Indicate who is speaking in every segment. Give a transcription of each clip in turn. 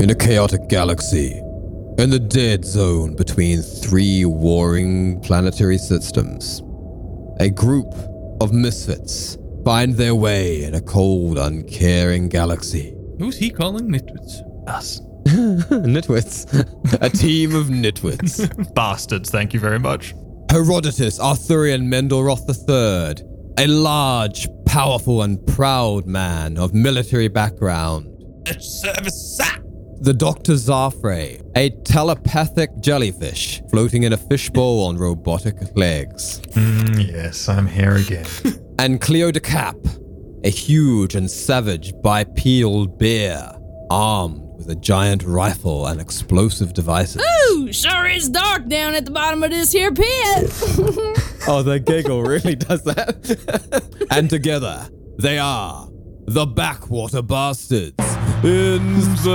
Speaker 1: in a chaotic galaxy, in the dead zone between three warring planetary systems, a group of misfits find their way in a cold, uncaring galaxy.
Speaker 2: Who's he calling nitwits?
Speaker 3: Us.
Speaker 1: nitwits. a team of nitwits.
Speaker 3: Bastards, thank you very much.
Speaker 1: Herodotus Arthurian Mendelroth III, a large, powerful, and proud man of military background.
Speaker 2: service
Speaker 1: The Dr. Zafre, a telepathic jellyfish floating in a fishbowl on robotic legs.
Speaker 3: Mm. yes, I'm here again.
Speaker 1: And Cleo de Cap, a huge and savage bipedal bear, armed with a giant rifle and explosive devices.
Speaker 4: Ooh, sure is dark down at the bottom of this here pit.
Speaker 1: Oh, the giggle really does that. and together, they are the Backwater Bastards in space.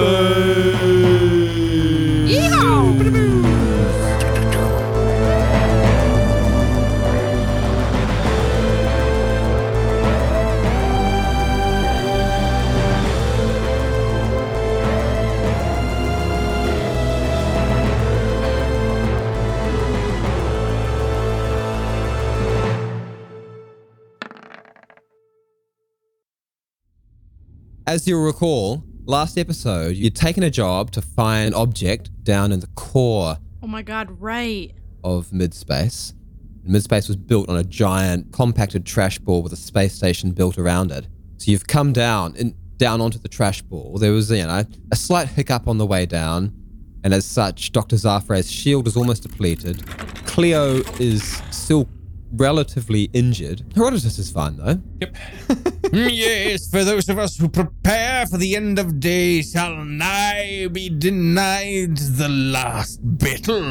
Speaker 1: As you'll recall, last episode, you'd taken a job to find an object down in the core
Speaker 4: oh my god, right.
Speaker 1: of midspace. Midspace was built on a giant compacted trash ball with a space station built around it. So you've come down and down onto the trash ball. There was, you know, a slight hiccup on the way down, and as such, Dr. Zafre's shield is almost depleted. Cleo is still relatively injured. Herodotus is fine though.
Speaker 2: yes, for those of us who prepare for the end of day shall nigh be denied the last battle.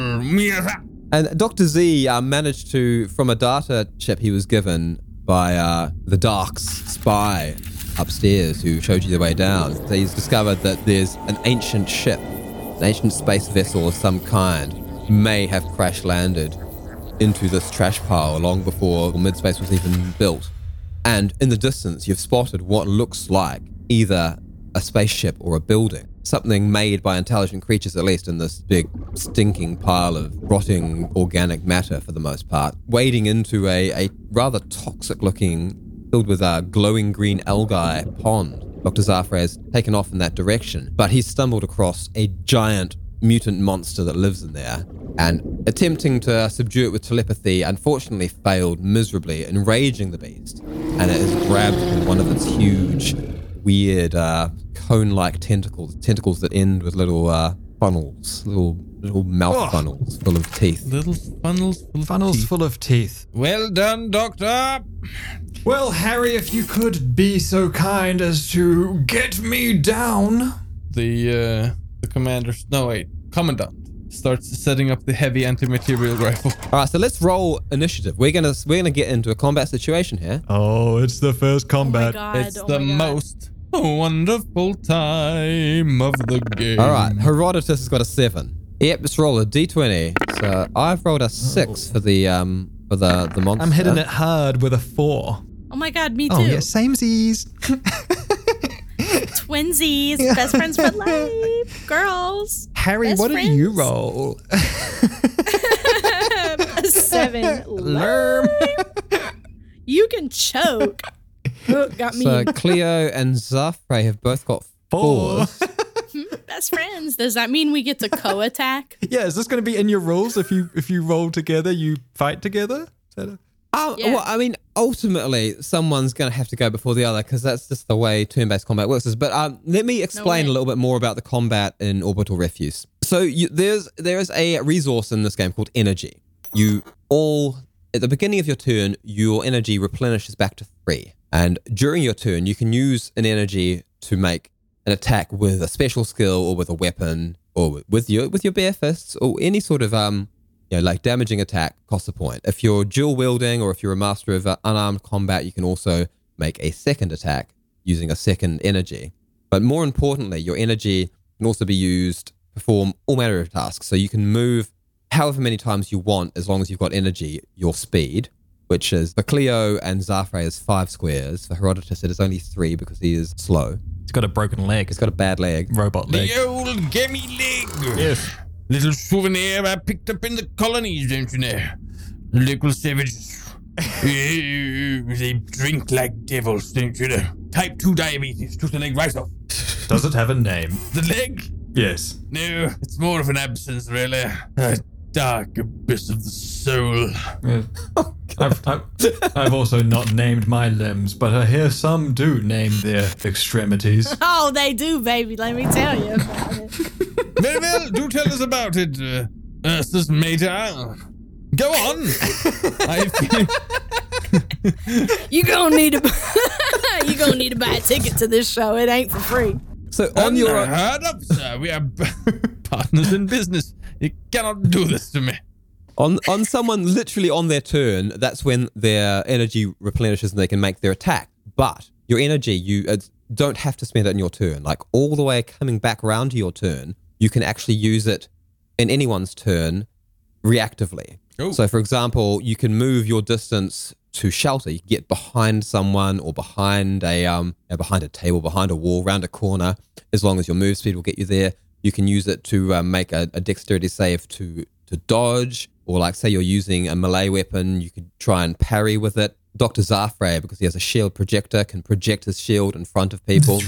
Speaker 1: And Dr. Z uh, managed to, from a data chip he was given by uh, the Dark's spy upstairs who showed you the way down, he's discovered that there's an ancient ship, an ancient space vessel of some kind, may have crash landed into this trash pile long before midspace was even built. And in the distance, you've spotted what looks like either a spaceship or a building. Something made by intelligent creatures, at least in this big, stinking pile of rotting organic matter for the most part, wading into a, a rather toxic looking, filled with a glowing green algae pond. Dr. Zafre has taken off in that direction, but he's stumbled across a giant mutant monster that lives in there and attempting to subdue it with telepathy unfortunately failed miserably enraging the beast and it is grabbed with one of its huge weird uh, cone-like tentacles tentacles that end with little uh, funnels little little mouth
Speaker 2: Ugh.
Speaker 1: funnels full of teeth
Speaker 2: Little funnels full of
Speaker 3: Funnels full of teeth.
Speaker 2: Well done, Doctor.
Speaker 3: Well, Harry, if you could be so kind as to get me down.
Speaker 2: The uh, the commander, no wait, commandant starts setting up the heavy anti-material rifle.
Speaker 1: all right so let's roll initiative we're gonna we're gonna get into a combat situation here
Speaker 3: Oh, it's the first
Speaker 4: Oh my
Speaker 3: combat.
Speaker 4: god.
Speaker 2: It's
Speaker 4: oh
Speaker 2: the
Speaker 4: my god.
Speaker 2: most wonderful time of the game.
Speaker 1: all right herodotus has got a seven yep let's roll a d20 so i've rolled a six for the um for the the monster
Speaker 3: Oh. I'm hitting it hard with a four.
Speaker 4: Oh my god, me too.
Speaker 3: Uh, Oh, yeah, samesies.
Speaker 4: Twinsies, best friends for life. Girls.
Speaker 3: Harry,
Speaker 4: Best
Speaker 3: what did you
Speaker 4: friends.
Speaker 3: roll?
Speaker 4: A seven.
Speaker 3: Lerm.
Speaker 4: You can choke. Oh, got me.
Speaker 1: So Cleo and Zafre have both got fours.
Speaker 4: best friends. Does that mean we get to co-attack?
Speaker 3: Yeah, is this going to be in your rules? If you if you roll together, you fight together. Is that a-
Speaker 1: Um,
Speaker 4: Yeah.
Speaker 1: Well, I mean, ultimately, someone's going to have to go before the other because that's just the way turn-based combat works. But um, let me explain
Speaker 4: way.
Speaker 1: a little bit more about the combat in Orbital Refuse. So you, there's there is a resource in this game called energy. You all at the beginning of your turn, your energy replenishes back to three, and during your turn, you can use an energy to make an attack with a special skill or with a weapon or with your with your bare fists or any sort of um you know, like damaging attack costs a point. If you're dual wielding or if you're a master of uh, unarmed combat, you can also make a second attack using a second energy. But more importantly, your energy can also be used to perform all manner of tasks. So you can move however many times you want as long as you've got energy, your speed, which is for Cleo and Zafre is five squares. For Herodotus, it is only three because he is slow.
Speaker 5: He's got a broken leg.
Speaker 1: It's got a bad leg.
Speaker 5: robot leg.
Speaker 2: The old gammy leg.
Speaker 5: Yes.
Speaker 2: Little souvenir I picked up in the colonies, don't you know? Local savages. Eh, they drink like devils, don't you know? Type 2 diabetes, took the leg right off.
Speaker 3: Does it have a name?
Speaker 2: The leg?
Speaker 3: Yes.
Speaker 2: No, it's more of an absence, really. A dark abyss of the soul.
Speaker 3: I've, I've, I've also not named my limbs, but I hear some do name their extremities.
Speaker 4: Oh, they do, baby. Let me tell you about it.
Speaker 2: Very well, do tell us about it, uh, Ursus Major. Go on. I feel-
Speaker 4: You gonna need to you gonna need to buy a ticket to this show. It ain't for free.
Speaker 1: So on your
Speaker 2: Unheard of, sir. We are b- partners in business. You cannot do this to me.
Speaker 1: on on someone literally on their turn, that's when their energy replenishes and they can make their attack. But your energy, you uh, don't have to spend it in your turn. Like all the way coming back round to your turn, you can actually use it in anyone's turn reactively.
Speaker 2: Oh.
Speaker 1: So, for example, you can move your distance to shelter. You can get behind someone or behind a um uh, behind a table, behind a wall, round a corner. As long as your move speed will get you there, you can use it to uh, make a, a dexterity save to to dodge, or like say you're using a melee weapon, you could try and parry with it. Doctor Zafre, because he has a shield projector, can project his shield in front of people.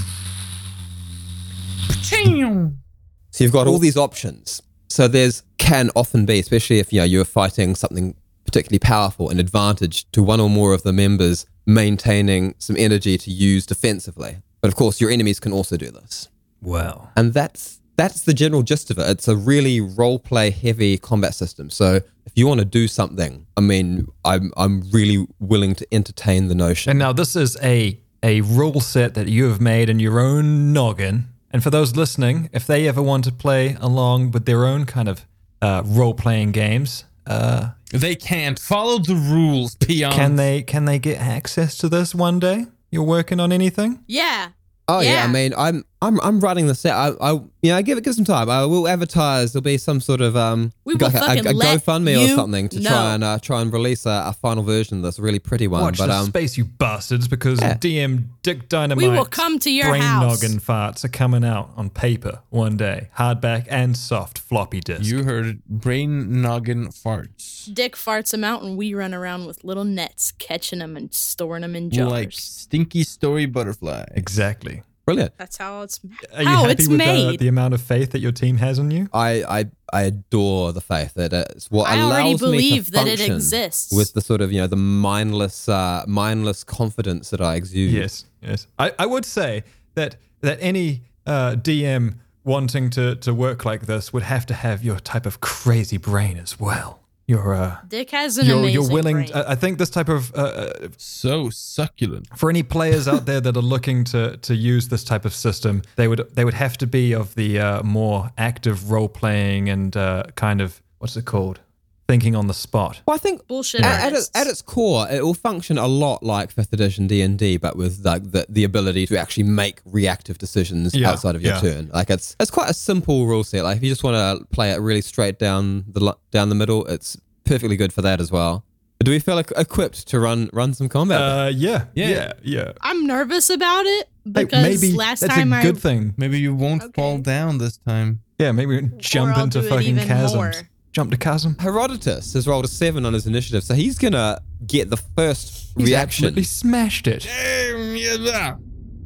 Speaker 1: So you've got all these options. So there's can often be, especially if you know you're fighting something particularly powerful, an advantage to one or more of the members maintaining some energy to use defensively. But of course, your enemies can also do this,
Speaker 5: Wow.
Speaker 1: and that's that's the general gist of it. It's a really role play heavy combat system. So if you want to do something, I mean, I'm I'm really willing to entertain the notion.
Speaker 5: And now this is a a rule set that you have made in your own noggin. And for those listening, if they ever want to play along with their own kind of uh, role playing games, uh,
Speaker 2: They can't follow the rules, peons.
Speaker 5: can
Speaker 3: Um,
Speaker 5: they can they get access to this one day? You're working on anything?
Speaker 4: Yeah.
Speaker 1: Oh yeah.
Speaker 4: Yeah.
Speaker 1: I mean, I'm I'm I'm writing this out. I, I you know, I give it give some time. I will advertise. There'll be some sort of um,
Speaker 4: We will
Speaker 1: like a, a,
Speaker 4: fucking
Speaker 1: a
Speaker 4: let
Speaker 1: GoFundMe or
Speaker 4: you
Speaker 1: something to
Speaker 4: know.
Speaker 1: try and uh, try and release a, a final version of this really pretty one.
Speaker 5: Watch
Speaker 1: but
Speaker 5: the
Speaker 1: um,
Speaker 5: space, you bastards, because DM Dick Dynamite
Speaker 4: We will come to your
Speaker 5: brain
Speaker 4: house.
Speaker 5: noggin farts are coming out on paper one day, hardback and soft floppy disk.
Speaker 2: You heard it. Brain noggin farts.
Speaker 4: Dick farts them out, and we run around with little nets, catching them and storing them in jars.
Speaker 2: Like stinky story butterfly.
Speaker 5: exactly.
Speaker 1: brilliant.
Speaker 4: That's how it's. ma-
Speaker 5: Are you
Speaker 4: how
Speaker 5: happy
Speaker 4: Oh, it's
Speaker 5: with uh,
Speaker 4: made.
Speaker 5: The, the amount of faith that your team has in you?
Speaker 1: I, I I adore the faith that it's what
Speaker 4: I already
Speaker 1: allows me to
Speaker 4: believe that it
Speaker 1: function
Speaker 4: exists.
Speaker 1: with the sort of you know the mindless uh, mindless confidence that I exude.
Speaker 5: Yes, yes. I, I would say that that any uh, DM wanting to, to work like this would have to have your type of crazy brain as well. Your uh,
Speaker 4: Dick has an
Speaker 5: your
Speaker 4: amazing
Speaker 5: your willing.
Speaker 4: brain.
Speaker 5: I I think this type of uh, uh,
Speaker 2: So succulent.
Speaker 5: for any players out there that are looking to to use this type of system, they would they would have to be of the uh, more active role playing and uh, kind of what's it called, thinking on the spot.
Speaker 1: Well, I think
Speaker 4: Bullshit.
Speaker 1: at, at, its,
Speaker 4: artists.
Speaker 1: at its core, it will function a lot like fifth edition D and D, but with like the, the ability to actually make reactive decisions
Speaker 5: Yeah,
Speaker 1: outside of your
Speaker 5: yeah.
Speaker 1: turn. Like it's it's quite a simple rule set. Like if you just want to play it really straight down the li- down the middle, it's perfectly good for that as well. Do we feel like equipped to run run some combat?
Speaker 5: Uh, yeah,
Speaker 2: Yeah.
Speaker 5: yeah, yeah.
Speaker 4: I'm nervis about it
Speaker 5: Hey,
Speaker 4: because
Speaker 5: maybe
Speaker 4: last
Speaker 5: that's
Speaker 4: time
Speaker 5: a good
Speaker 4: I
Speaker 5: thing.
Speaker 2: Maybe you won't
Speaker 4: Okay.
Speaker 2: fall down this time.
Speaker 5: Yeah, maybe we can jump
Speaker 4: I'll
Speaker 5: into
Speaker 4: do it
Speaker 5: fucking
Speaker 4: even
Speaker 5: chasms.
Speaker 4: more.
Speaker 5: Jump to chasm.
Speaker 1: Herodotus has rolled a seven on his initiative, so he's gonna get the first reaction.
Speaker 5: Absolutely smashed it.
Speaker 2: Um, yeah, yeah.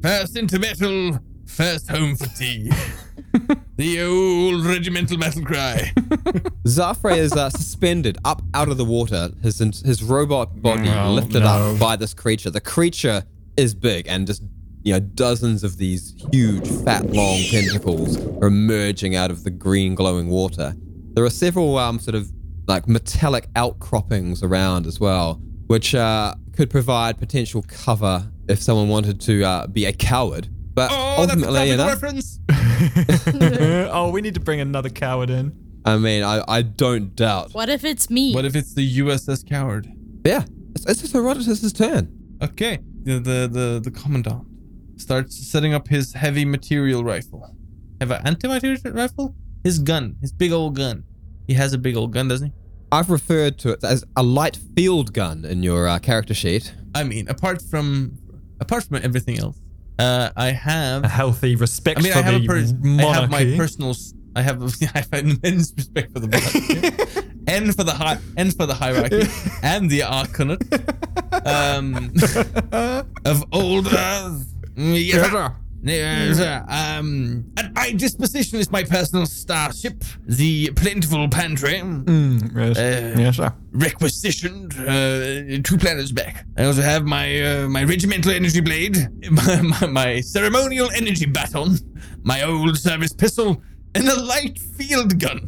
Speaker 2: First into battle, first home fatigue. the old regimental battle cry.
Speaker 1: Zafre is uh, suspended up out of the water, his his robot body
Speaker 2: Oh,
Speaker 1: lifted up by this creature. The creature is big and just you know dozens of these huge, fat, long tentacles are emerging out of the green, glowing water. There are several um, sort of like metallic outcroppings around as well, which uh, could provide potential cover if someone wanted to uh, be a coward. But
Speaker 2: Oh, that's a
Speaker 1: ultimately,
Speaker 2: topical
Speaker 1: you know,
Speaker 2: reference.
Speaker 5: oh, we need to bring another coward in.
Speaker 1: I mean, I, I don't doubt.
Speaker 4: What if it's me?
Speaker 2: What if it's the USS Coward?
Speaker 1: Yeah, it's, it's just Herodotus' turn.
Speaker 2: Okay. The, the the the commandant starts setting up his heavy material rifle. Have an anti-material rifle? His gun, his big old gun. He has a big old gun, doesn't he?
Speaker 1: I've referred to it as a light field gun in your uh, character sheet.
Speaker 2: I mean, apart from apart from everything else, Uh, I have.
Speaker 5: A healthy respect
Speaker 2: I mean,
Speaker 5: for
Speaker 2: I have,
Speaker 5: the
Speaker 2: a pers- I
Speaker 5: monarchy.
Speaker 2: have my personal. s- I have. I have an immense respect for the monarchy, and for the hi- and for the hierarchy, and the arcanate. Um, of old earth. Mm, Yes, sir. Yes, sir. Um, at my disposition is my personal starship, the plentiful pantry.
Speaker 5: Mm, yes.
Speaker 2: Uh,
Speaker 5: yes, sir.
Speaker 2: requisitioned uh, two planets back. I also have my uh, my regimental energy blade, my, my, my ceremonial energy baton, my old service pistol, and a light field gun,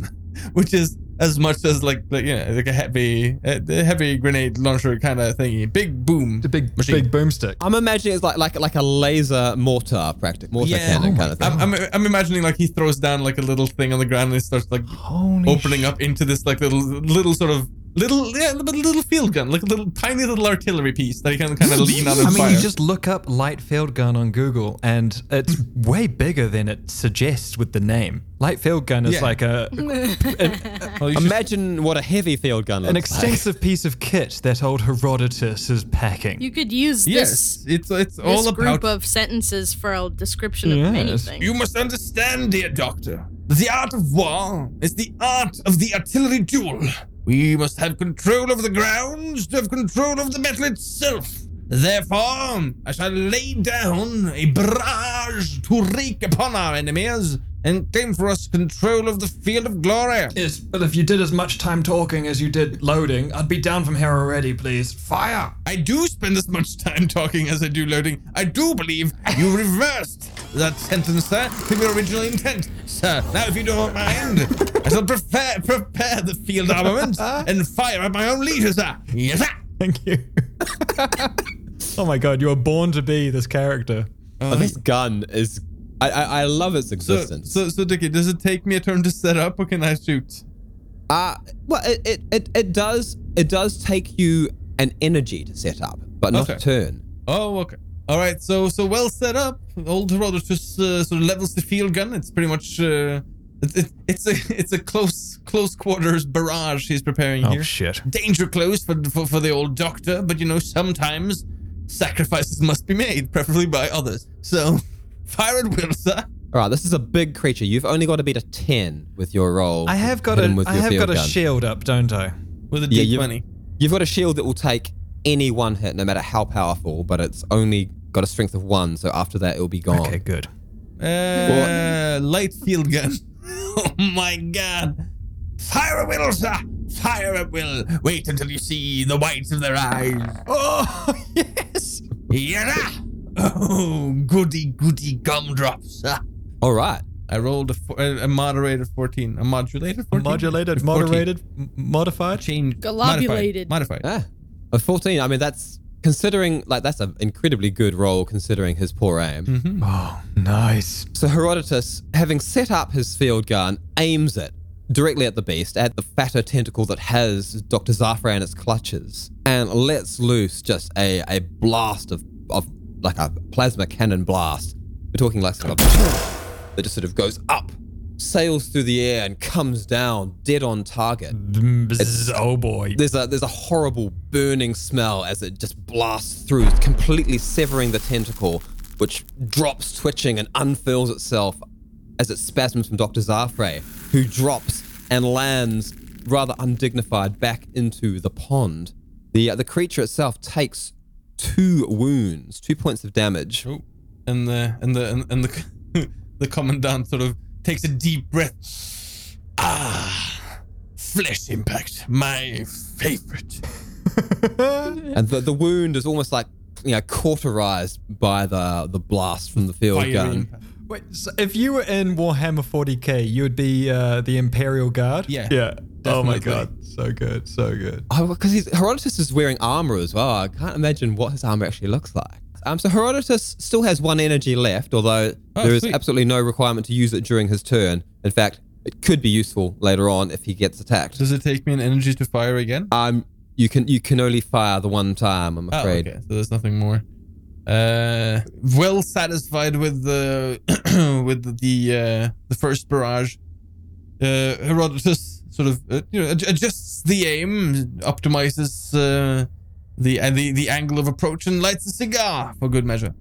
Speaker 2: which is as much as like, like you know like a heavy uh, heavy grenade launcher kind of thingy. Big boom.
Speaker 5: The big,
Speaker 2: machine.
Speaker 5: big boomstick.
Speaker 1: I'm imagining it's like like like a laser mortar practic mortar cannon kind of thing.
Speaker 2: I'm, I'm, I'm imagining like he throws down like a little thing on the ground and it starts like
Speaker 5: Holy
Speaker 2: opening up into this like little little sort of little yeah but little field gun like a little tiny little artillery piece that he can kind of lean on and
Speaker 5: I mean,
Speaker 2: fire.
Speaker 5: you just look up light field gun on Google, and it's way bigger than it suggests with the name. Light field gun is
Speaker 2: Yeah.
Speaker 5: like a
Speaker 1: Imagine what a heavy field gun looks
Speaker 5: an
Speaker 1: like.
Speaker 5: extensive piece of kit that old Herodotus is packing.
Speaker 4: You could use
Speaker 2: yes,
Speaker 4: this
Speaker 2: it's it's
Speaker 4: this
Speaker 2: all
Speaker 4: group
Speaker 2: about.
Speaker 4: of sentences for a description
Speaker 5: Yes.
Speaker 4: of anything.
Speaker 2: you must understand, dear doctor. The art of war is the art of the artillery duel. We must have control of the grounds to have control of the battle itself. Therefore, I shall lay down a barrage to wreak upon our enemies and claim for us control of the field of glory.
Speaker 3: Yes, but if you did as much time talking as you did loading, I'd be down from here already, please. Fire!
Speaker 2: I do spend as much time talking as I do loading. I do believe you reversed that sentence, sir, from your original intent, sir. Now, if you don't mind, I shall prepare, prepare the field armament and fire at my own leisure, sir. Yes, sir.
Speaker 5: Thank you. oh my god, you were born to be this character.
Speaker 1: But Oh, this gun is. I, I, I love its existence.
Speaker 2: so, Dickie, does it take me a turn to set up, or can I shoot?
Speaker 1: uh, well, it, it, it, it does it does take you an energy to set up, but not
Speaker 2: Okay.
Speaker 1: a turn.
Speaker 2: Oh, okay. All right. So, so well set up. Old Herodotus uh, sort of levels the field gun. It's pretty much. Uh, it, it, it's a it's a close close quarters barrage he's preparing
Speaker 1: Oh,
Speaker 2: here.
Speaker 5: Oh, shit.
Speaker 2: danger close for, for, for the old doctor, but you know, sometimes sacrifices must be made, preferably by others. So, fire at will, sir.
Speaker 1: All right, this is a big creature. You've only got to beat a ten with your roll.
Speaker 5: I
Speaker 1: to
Speaker 5: have got
Speaker 1: hit
Speaker 5: a
Speaker 1: him with
Speaker 5: I
Speaker 1: your
Speaker 5: have
Speaker 1: field
Speaker 5: got a
Speaker 1: gun.
Speaker 5: shield up, don't I?
Speaker 2: With a
Speaker 1: Yeah, you-
Speaker 2: d20.
Speaker 1: You've got a shield that will take any one hit, no matter how powerful, but it's only got a strength of one. So after that, it'll be gone.
Speaker 5: Okay, good.
Speaker 2: Uh, light field gun. oh my god. Fire at will, sir. Fire at will. Wait until you see the whites of their eyes.
Speaker 5: Oh yes.
Speaker 2: Yeah. Oh, goody, goody gumdrops. sir.
Speaker 1: All right.
Speaker 2: I rolled a, fo- a a moderated 14. A modulated 14?
Speaker 5: Modulated,
Speaker 2: 14.
Speaker 5: moderated, m- modified.
Speaker 2: Change.
Speaker 4: Globulated.
Speaker 2: Modified. modified.
Speaker 1: Ah, a 14. I mean, that's considering, like, that's an incredibly good roll considering his poor aim.
Speaker 5: Oh, nice.
Speaker 1: So Herodotus, having set up his field gun, aims it directly at the beast, at the fatter tentacle that has Dr. Zafra in its clutches, and lets loose just a, a blast of, of, like, a plasma cannon blast. We're talking like sort of that just sort of goes up, sails through the air, and comes down dead on target.
Speaker 5: Bzz, oh boy.
Speaker 1: There's a there's a horrible burning smell as it just blasts through, completely severing the tentacle, which drops twitching and unfurls itself as it spasms from Dr. Zafre, who drops and lands rather undignified back into the pond. The uh, the creature itself takes two wounds, two points of damage.
Speaker 2: Oh, and the and the and, and the the commandant sort of takes a deep breath. Ah, flesh impact, my favorite.
Speaker 1: And the, the wound is almost like you know cauterized by the the blast from the field
Speaker 2: Fiery
Speaker 1: gun.
Speaker 2: impact.
Speaker 5: Wait, so if you were in Warhammer 40k, you would be uh, the Imperial Guard.
Speaker 2: Yeah,
Speaker 5: Yeah. Oh my
Speaker 2: definitely.
Speaker 5: god. So good. So good.
Speaker 1: Oh, because Herodotus is wearing armor as well. I can't imagine what his armor actually looks like. Um, so Herodotus still has one energy left, although there is
Speaker 2: Oh, sweet.
Speaker 1: absolutely no requirement to use it during his turn. In fact, it could be useful later on if he gets attacked.
Speaker 2: Does it take me an energy to fire again?
Speaker 1: Um, you can you can only fire the one time, I'm
Speaker 2: Oh,
Speaker 1: afraid.
Speaker 2: okay. So there's nothing more. Uh, well satisfied with the with the uh, the first barrage. Uh, Herodotus sort of uh, you know adj- adjusts the aim, optimizes uh, the uh, the the angle of approach and lights a cigar for good measure.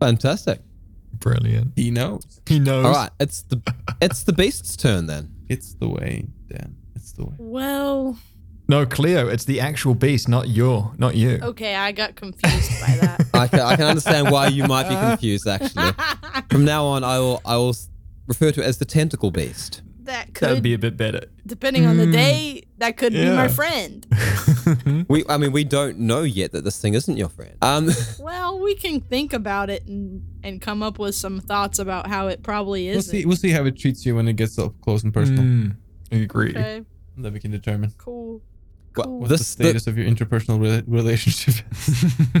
Speaker 1: Fantastic.
Speaker 5: Brilliant.
Speaker 2: He knows
Speaker 5: He knows.
Speaker 1: All right, it's the it's the beast's turn then.
Speaker 2: it's the way, Dan. It's the way.
Speaker 4: Well,
Speaker 5: No, Cleo, it's the actual beast, not your, not you.
Speaker 4: okay, I got confused by that.
Speaker 1: I can, I can understand why you might be confused. Actually, from now on, I will I will s- refer to it as the tentacle beast.
Speaker 4: That
Speaker 5: That
Speaker 4: could,
Speaker 5: would be a bit better.
Speaker 4: depending on the day, that could be my
Speaker 5: Yeah.
Speaker 4: friend.
Speaker 1: We I mean we don't know yet that this thing isn't your friend. Um,
Speaker 4: Well, we can think about it and, and come up with some thoughts about how it probably
Speaker 2: We'll
Speaker 4: isn't.
Speaker 2: see. We'll see how it treats you when it gets up close and personal.
Speaker 5: Mm, agree.
Speaker 4: Okay,
Speaker 2: And Then we can determine
Speaker 4: cool.
Speaker 1: well,
Speaker 2: what's
Speaker 1: this
Speaker 2: Mm. the status of your interpersonal re- relationship.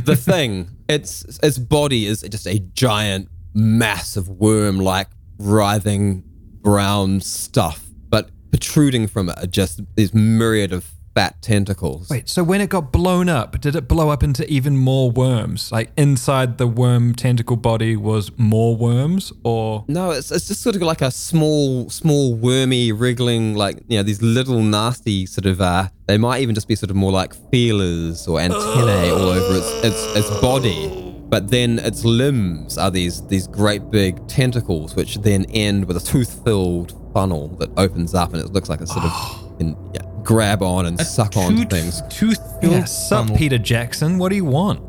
Speaker 1: the thing its its body is just a giant mass of worm like writhing brown stuff but protruding from it are just this myriad of fat tentacles
Speaker 5: Wait, so when it got blown up, did it blow up into even more worms? Like inside the worm tentacle body was more worms, or
Speaker 1: no it's, it's just sort of like a small small wormy wriggling like you know these little nasty sort of uh they might even just be sort of more like feelers or antennae all over its its, its body but then its limbs are these these great big tentacles, which then end with a tooth-filled funnel that opens up, and it looks like a sort of can, yeah, grab on and suck on things.
Speaker 2: Tooth
Speaker 5: yeah, sup, Peter Jackson? What do you want?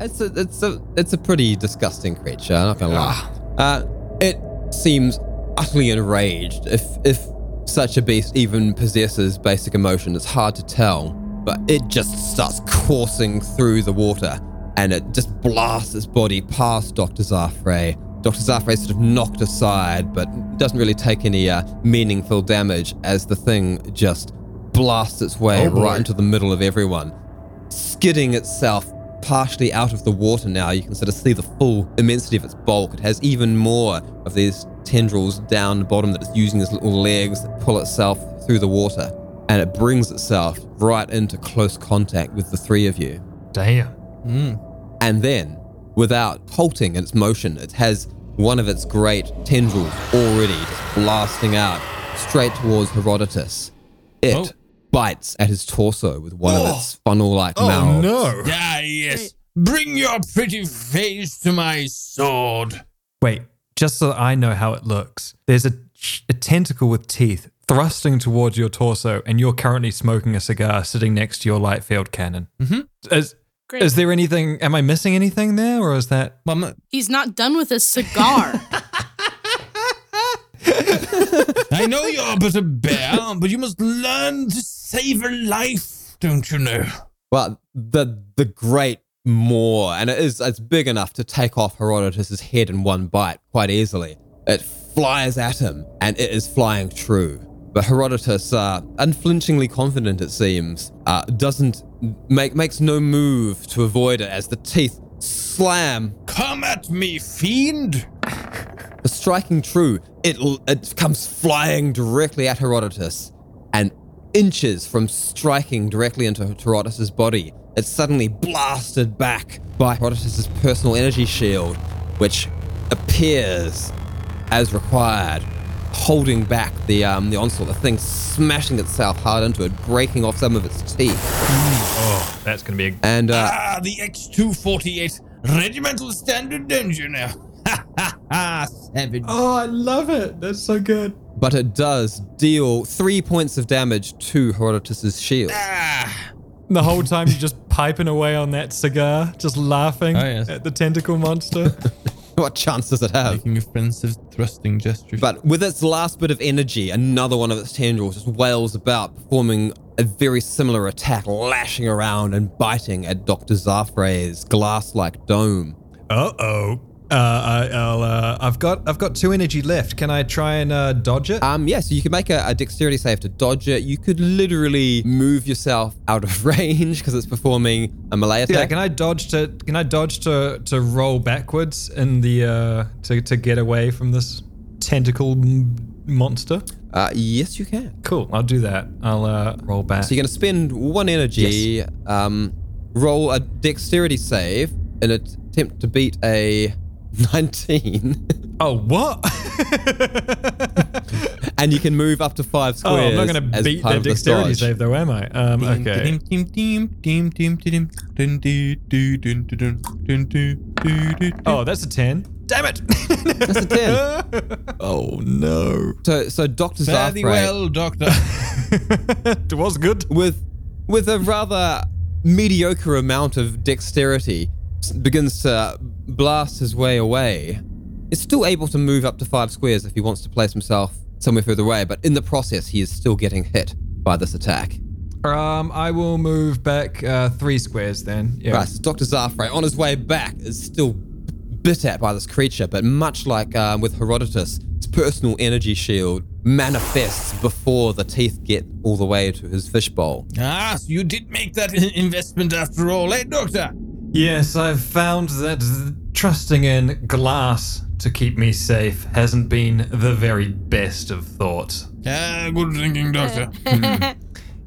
Speaker 1: It's a it's a it's a pretty disgusting creature. I'm not gonna lie.
Speaker 5: Ah.
Speaker 1: Uh, it seems utterly enraged. If if such a beast even possesses basic emotion, it's hard to tell. But it just starts coursing through the water, and it just blasts its body past Doctor Zafre. Doctor Zafre sort of knocked aside, but doesn't really take any uh, meaningful damage as the thing just blasts its way
Speaker 5: Oh, boy.
Speaker 1: right into the middle of everyone skidding itself partially out of the water now. You can sort of see the full immensity of its bulk. It has even more of these tendrils down the bottom that it's using as little legs that pull itself through the water. And it brings itself right into close contact with the three of you.
Speaker 5: Damn.
Speaker 1: And then, without halting in its motion, it has one of its great tendrils already just blasting out straight towards Herodotus. It
Speaker 2: Oh.
Speaker 1: bites at his torso with one of its funnel like
Speaker 5: Oh
Speaker 1: mouths.
Speaker 5: no!
Speaker 2: Ah, yes. Bring your pretty face to my sword.
Speaker 5: Wait, just so that I know how it looks, there's a, a tentacle with teeth thrusting towards your torso, and you're currently smoking a cigar sitting next to your light field cannon.
Speaker 2: Mhm.
Speaker 5: Is,
Speaker 4: Great.
Speaker 5: is there anything? Am I missing anything there, or is that?
Speaker 2: Well, I'm not-
Speaker 4: He's not done with his cigar.
Speaker 2: I know you're but a bear, but you must learn to save a life, don't you know?
Speaker 1: Well, the the great maw, and it is it's big enough to take off Herodotus's head in one bite quite easily. It flies at him, and it is flying true. But Herodotus, uh, unflinchingly confident it seems, uh, doesn't make makes no move to avoid it as the teeth slam
Speaker 2: Come at me, fiend!
Speaker 1: for striking true, it l- it comes flying directly at Herodotus, and inches from striking directly into Herodotus' body, it's suddenly blasted back by Herodotus' personal energy shield, which appears as required, holding back the um, the onslaught. The thing smashing itself hard into it, breaking off some of its teeth,
Speaker 5: Oh, that's gonna be a
Speaker 1: and uh,
Speaker 2: Ah, the X248 regimental standard, don't you know? Ha ha ha! Savage.
Speaker 3: Oh, I love it. That's so good.
Speaker 1: but it does deal three points of damage to Herodotus' shield.
Speaker 2: Ah,
Speaker 5: The whole time you're just piping away on that cigar, just laughing
Speaker 2: Oh, yes.
Speaker 5: at the tentacle monster.
Speaker 1: What chance does it have?
Speaker 2: Making offensive thrusting gestures.
Speaker 1: But with its last bit of energy, another one of its tendrils just wails about, performing a very similar attack, lashing around and biting at Dr. Zafre's glass like dome.
Speaker 5: Uh-oh. Uh, I, I'll, uh, I've got I've got two energy left. Can I try and uh, dodge it?
Speaker 1: Um, yeah, so you could make a, a dexterity save to dodge it. You could literally move yourself out of range because it's performing a melee
Speaker 5: yeah,
Speaker 1: attack.
Speaker 5: can I dodge to can I dodge to to roll backwards in the uh, to to get away from this tentacle m- monster?
Speaker 1: uh, yes, you can.
Speaker 5: Cool, I'll do that. I'll uh, roll back.
Speaker 1: So you're going to spend one energy, um, roll a dexterity save in an attempt to beat a 19.
Speaker 5: oh what?
Speaker 1: and you can move up to five
Speaker 5: Oh,
Speaker 1: squares.
Speaker 5: I'm not going to
Speaker 1: as
Speaker 5: beat
Speaker 1: part
Speaker 5: their
Speaker 1: of this
Speaker 5: dexterity
Speaker 1: dodge.
Speaker 5: save, though, am I? Um, okay.
Speaker 2: Oh,
Speaker 5: Oh, that's a 10. Damn it!
Speaker 1: That's a ten.
Speaker 5: oh, no.
Speaker 1: So, so Doctor
Speaker 2: fairly
Speaker 1: Zathray,
Speaker 2: well, Doctor.
Speaker 5: it was good.
Speaker 1: with with a rather mediocre amount of dexterity, s- begins to blast his way away. Is still able to move up to five squares if he wants to place himself somewhere further away, but in the process, he is still getting hit by this attack.
Speaker 5: Um, I will move back uh, three squares then. Yeah.
Speaker 1: Right, so Dr. Zafre, on his way back, is still bit at by this creature, but much like um, with Herodotus, his personal energy shield manifests before the teeth get all the way to his fishbowl.
Speaker 2: ah, so you did make that i- investment after all, eh, Doctor?
Speaker 3: Yes, I've found that th- trusting in glass to keep me safe hasn't been the very best of thoughts.
Speaker 2: Ah, good thinking, Doctor.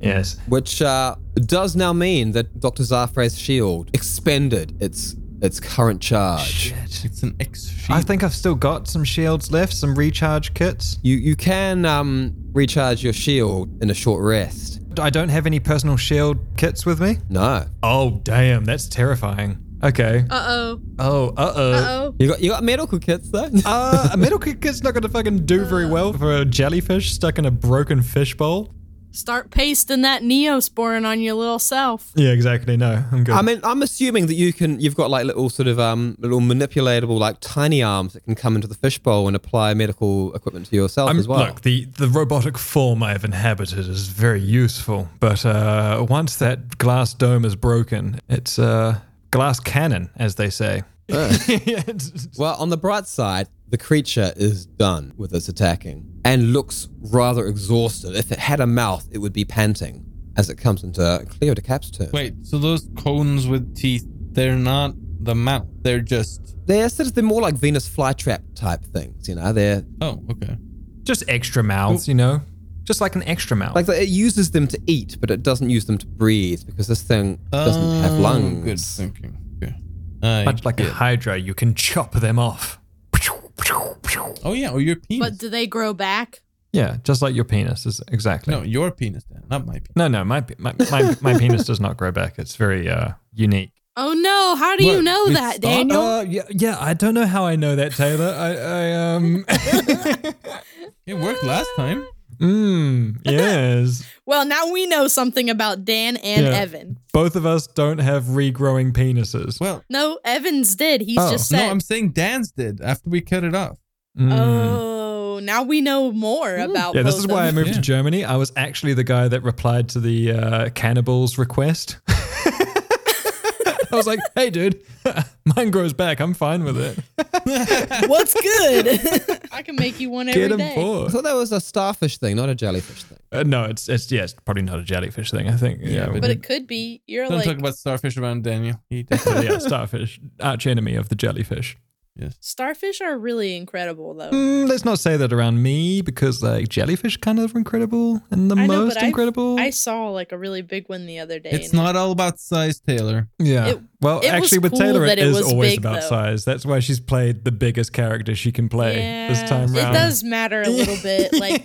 Speaker 3: Yes.
Speaker 1: Which uh, does now mean that Dr. Zafre's shield expended its its current charge.
Speaker 5: Shit.
Speaker 2: it's an X
Speaker 5: I
Speaker 2: sheet.
Speaker 5: think I've still got some shields left, some recharge kits.
Speaker 1: You you can um, recharge your shield in a short rest.
Speaker 5: I don't have any personal shield kits with me.
Speaker 1: No.
Speaker 5: Oh, damn. That's terrifying. Okay.
Speaker 4: Uh oh.
Speaker 5: oh, uh oh.
Speaker 4: Oh.
Speaker 1: You got you got medical kits though?
Speaker 5: Uh, a middle kick is not going to fucking do very well for a jellyfish stuck in a broken fishbowl.
Speaker 4: Start pasting that neosporin on your little self.
Speaker 5: Yeah, exactly. No, I'm good.
Speaker 1: I mean, I'm assuming that you can. You've got like little sort of um little manipulatable like tiny arms that can come into the fishbowl and apply medical equipment to yourself
Speaker 5: I'm-
Speaker 1: as well.
Speaker 5: Look, the, the robotic form I have inhabited is very useful, but uh, once that glass dome is broken, it's uh, glass cannon, as they say. Yeah, it's-
Speaker 1: well, on the bright side, the creature is done with its attacking and looks rather exhausted. If it had a mouth, it would be panting as it comes into Cleo de Cap's turn.
Speaker 2: Wait, so those cones with teeth, they're not the mouth. They're just.
Speaker 1: They're sort of they're more like Venus flytrap type things, you know. They're
Speaker 2: Oh, okay.
Speaker 5: just extra mouths, you know? Just like an extra mouth.
Speaker 1: like it uses them to eat, but it doesn't use them to breathe because this thing doesn't have
Speaker 2: Oh,
Speaker 1: lungs.
Speaker 2: Good thinking. Okay. I
Speaker 5: Much like a
Speaker 2: get-
Speaker 5: hydra, you can chop them off.
Speaker 2: Oh, yeah, or your penis.
Speaker 4: But do they grow back?
Speaker 5: Yeah, just like your penis is exactly.
Speaker 2: no, your penis, Dan, not my penis.
Speaker 5: No, no, my pe- my my, my penis does not grow back. It's very uh, unique.
Speaker 4: Oh no, how do you
Speaker 2: What?
Speaker 4: know
Speaker 2: We
Speaker 4: that,
Speaker 2: start-
Speaker 4: Daniel?
Speaker 5: Uh, yeah, yeah, I don't know how I know that, Taylor. I, I um.
Speaker 2: It worked last time.
Speaker 5: Mmm. Yes.
Speaker 4: well, now we know something about Dan and
Speaker 5: Yeah.
Speaker 4: Evan.
Speaker 5: Both of us don't have regrowing penises.
Speaker 2: Well,
Speaker 4: No, Evans did. He's
Speaker 5: Oh.
Speaker 4: just
Speaker 2: no,
Speaker 4: said.
Speaker 2: I'm saying Dan's did after we cut it off.
Speaker 5: Mm.
Speaker 4: oh, now we know more about.
Speaker 5: yeah, this
Speaker 4: both
Speaker 5: is why I
Speaker 4: of
Speaker 5: moved
Speaker 2: Yeah.
Speaker 5: to Germany. I was actually the guy that replied to the uh, cannibals request. I was like, "Hey, dude, mine grows back. I'm fine with it.
Speaker 4: them. What's good? I can make you one every
Speaker 5: Get
Speaker 4: day.
Speaker 5: him for."
Speaker 1: I thought that was a starfish thing, not a jellyfish thing.
Speaker 5: Uh, no, it's it's yeah, it's probably not a jellyfish thing. I think yeah,
Speaker 4: But it could be. You're
Speaker 2: Don't
Speaker 4: like
Speaker 2: talk about starfish around Daniel. He
Speaker 5: But
Speaker 2: definitely
Speaker 5: yeah, starfish, arch enemy of the jellyfish.
Speaker 4: starfish are really incredible though.
Speaker 5: Mm, let's not say that around me because like jellyfish kind of incredible and the
Speaker 4: I know,
Speaker 5: most
Speaker 4: but I've-
Speaker 5: incredible.
Speaker 4: I saw like a really big one the other day.
Speaker 2: It's
Speaker 4: and
Speaker 2: not all about size, Taylor.
Speaker 5: yeah.
Speaker 4: it-
Speaker 5: well,
Speaker 4: it was
Speaker 5: actually, with
Speaker 4: cool
Speaker 5: Taylor,
Speaker 4: that
Speaker 5: it
Speaker 4: it
Speaker 5: is
Speaker 4: was
Speaker 5: always
Speaker 4: big,
Speaker 5: about
Speaker 4: though.
Speaker 5: size. That's why she's played the biggest character she can play this time
Speaker 4: it
Speaker 5: round.
Speaker 4: does matter a little bit. Like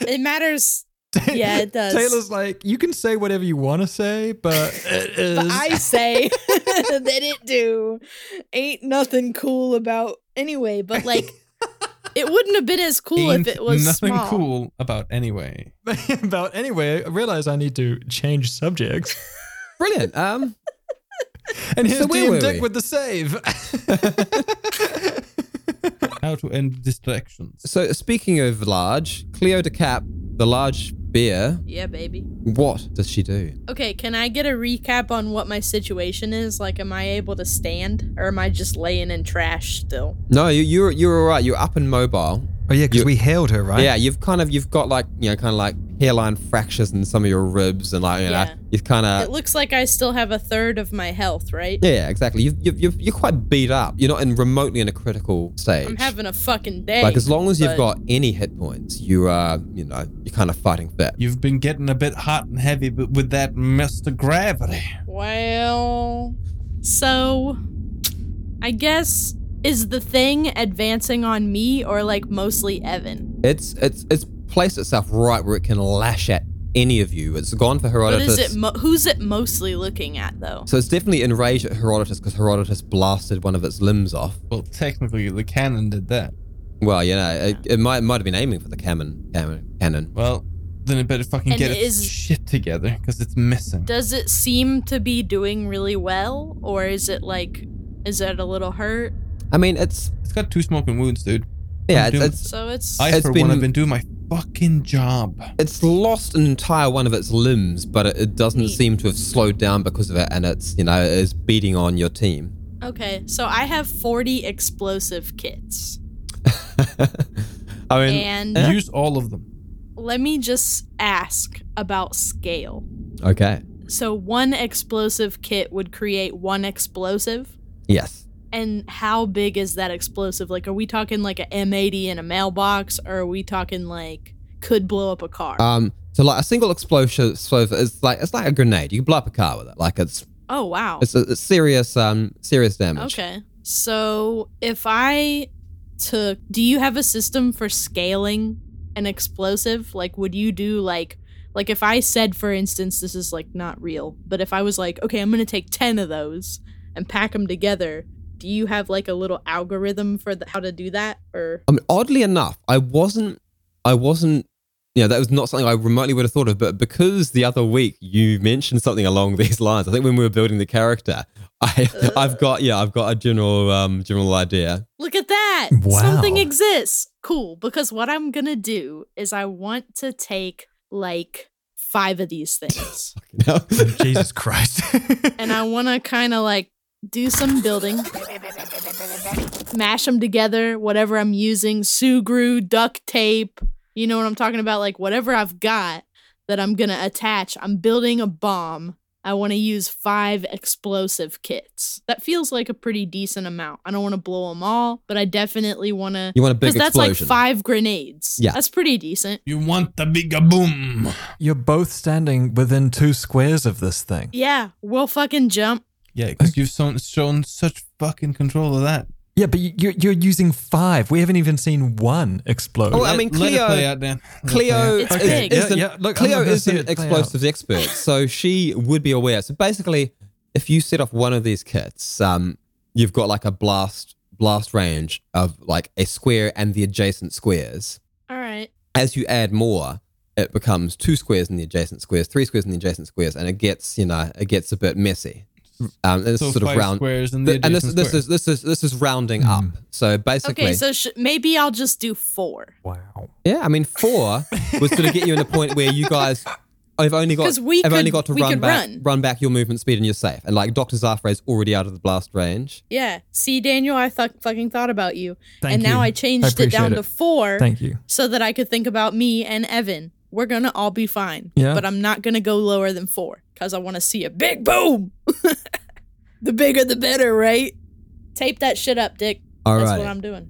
Speaker 4: it matters. Yeah, it does.
Speaker 5: Taylor's like, you can say whatever you want to say, but it is.
Speaker 4: but I say that it do. Ain't nothing cool about anyway, but like it wouldn't have been as cool
Speaker 2: Ain't
Speaker 4: if it was
Speaker 2: nothing
Speaker 4: small.
Speaker 2: cool about anyway.
Speaker 5: about anyway, I realize I need to change subjects.
Speaker 1: Brilliant. Um,
Speaker 5: And here's
Speaker 1: So where
Speaker 5: DM
Speaker 1: were
Speaker 5: Dick
Speaker 1: we?
Speaker 5: with the save.
Speaker 2: How to end distractions.
Speaker 1: so speaking of large, Cleo de Cap, the large bear,
Speaker 4: Yeah, baby.
Speaker 1: what does she do?
Speaker 4: Okay, can I get a recap on what my situation is? Like am I able to stand or am I just laying in trash still?
Speaker 1: No, you, you're you're all right. You're up and mobile.
Speaker 5: oh yeah,
Speaker 1: You-
Speaker 5: we hailed her, right?
Speaker 1: Yeah, you've kind of you've got like you know kind of like hairline fractures in some of your ribs and like you
Speaker 4: Yeah.
Speaker 1: know you've kind of
Speaker 4: it looks like I still have a third of my health, right?
Speaker 1: Uh, yeah, yeah exactly. You've, you've, you've, you're quite beat up. You're not in remotely in a critical stage.
Speaker 4: I'm having a fucking day.
Speaker 1: like as long as you've
Speaker 4: but-
Speaker 1: got any hit points, you are you know you're kind of fighting fit.
Speaker 2: You've been getting a bit hot and heavy but with that Mr. Gravity.
Speaker 4: Well, so I guess is the thing advancing on me or like mostly Evan?
Speaker 1: It's it's it's placed itself right where it can lash at any of you. It's gone for
Speaker 4: What is
Speaker 1: Herodotus.
Speaker 4: it? Mo- who's it mostly looking at, though?
Speaker 1: so it's definitely enraged at Herodotus because Herodotus blasted one of its limbs off.
Speaker 2: Well, technically, the cannon did that.
Speaker 1: Well, you know, it, it might might have been aiming for the cannon. Cannon. cannon.
Speaker 2: Well, then it better fucking
Speaker 4: And
Speaker 2: get
Speaker 4: it
Speaker 2: its
Speaker 4: is-
Speaker 2: shit together because it's missing.
Speaker 4: Does it seem to be doing really well, or is it like, is it a little hurt?
Speaker 1: I mean, it's
Speaker 2: It's got two smoking wounds, dude.
Speaker 1: yeah,
Speaker 2: I'm
Speaker 1: it's,
Speaker 2: doing-
Speaker 1: it's
Speaker 4: So it's.
Speaker 2: I,
Speaker 1: It's
Speaker 2: for
Speaker 1: been-
Speaker 2: one, have been doing my fucking job.
Speaker 1: it's lost an entire one of its limbs, but it, it doesn't
Speaker 4: Neat.
Speaker 1: seem to have slowed down because of it, and it's you know is beating on your team.
Speaker 4: okay, so I have 40 explosive kits.
Speaker 1: I mean,
Speaker 4: And
Speaker 2: Use all of them.
Speaker 4: let me just ask about scale.
Speaker 1: okay,
Speaker 4: So one explosive kit would create one explosive.
Speaker 1: yes.
Speaker 4: And how big is that explosive? Like, are we talking like a M80 in a mailbox, or are we talking like could blow up a car?
Speaker 1: Um, so like a single explosion explosive is like it's like a grenade. You can blow up a car with it. Like it's
Speaker 4: oh wow.
Speaker 1: it's, a, it's serious um serious damage.
Speaker 4: Okay. So if I took, do you have a system for scaling an explosive? Like, would you do like, like if I said, for instance, this is like not real, but if I was like, okay, I'm gonna take ten of those and pack them together. Do you have like a little algorithm for the, how to do that, or
Speaker 1: I mean, oddly enough, I wasn't, I wasn't, you know, that was not something I remotely would have thought of. But because the other week you mentioned something along these lines, I think when we were building the character, I, I've got, yeah, I've got a general, um, general idea.
Speaker 4: Look at that.
Speaker 5: Wow.
Speaker 4: Something exists. Cool. Because what I'm going to do is I want to take like five of these things
Speaker 1: You know?
Speaker 5: Jesus Christ.
Speaker 4: and I want to kind of like do some building, mash them together, whatever I'm using, sugru, duct tape. You know what I'm talking about? Like whatever I've got that I'm going to attach. I'm building a bomb. I want to use five explosive kits. That feels like a pretty decent amount. I don't want to blow them all, but I definitely want to
Speaker 1: you want a big
Speaker 4: because that's like
Speaker 1: explosion.
Speaker 4: five grenades.
Speaker 1: Yeah.
Speaker 4: That's pretty decent.
Speaker 2: You want the bigger boom.
Speaker 5: You're both standing within two squares of this thing.
Speaker 4: Yeah, we'll fucking jump.
Speaker 2: Yeah, because you've shown, shown such fucking control of that.
Speaker 5: Yeah, but you- you're, you're using five. We haven't even seen one explode.
Speaker 1: Oh, I mean,
Speaker 2: Let it
Speaker 1: Cleo-
Speaker 2: play out, Dan. Let it play
Speaker 1: Cleo
Speaker 2: out.
Speaker 1: is,
Speaker 4: It's big.
Speaker 1: is an,
Speaker 5: Yeah, yeah, look, I'm
Speaker 1: Cleo
Speaker 5: not gonna
Speaker 1: is
Speaker 5: see
Speaker 1: an
Speaker 5: it play
Speaker 1: explosives expert, so she would be aware. So basically, if you set off one of these kits, um, you've got like a blast blast range of like a square and the adjacent squares.
Speaker 4: All right.
Speaker 1: As you add more, it becomes two squares in the adjacent squares, three squares in the adjacent squares, and it gets you know it gets a bit messy. Um, it's
Speaker 2: So
Speaker 1: sort of
Speaker 2: five
Speaker 1: round.
Speaker 2: squares and, the
Speaker 1: Th- and this,
Speaker 2: adjacent
Speaker 1: this
Speaker 2: square.
Speaker 1: is this is this is rounding up. So basically,
Speaker 4: Okay, so sh- maybe I'll just do four
Speaker 5: Wow.
Speaker 1: Yeah, I mean, four was sort of get you in a point where you guys. I've only got.
Speaker 4: 'Cause we
Speaker 1: I've only
Speaker 4: could-
Speaker 1: got to
Speaker 4: we
Speaker 1: run
Speaker 4: could
Speaker 1: back,
Speaker 4: run.
Speaker 1: back your movement speed, and you're safe. And like Doctor Zafra is already out of the blast range.
Speaker 4: Yeah. See, Daniel, I th- fucking thought about you.
Speaker 5: Thank
Speaker 4: and now
Speaker 5: you.
Speaker 4: I
Speaker 5: I
Speaker 4: changed it
Speaker 5: appreciate
Speaker 4: down
Speaker 5: it.
Speaker 4: to four
Speaker 5: Thank you.
Speaker 4: so that I could think about me and Evan. We're going to all be fine.
Speaker 5: Yeah.
Speaker 4: But I'm not going to go lower than four because I want to see a big boom. the bigger, the better, right? Tape that shit up, Dick.
Speaker 1: All
Speaker 4: That's what
Speaker 1: right.
Speaker 4: I'm doing.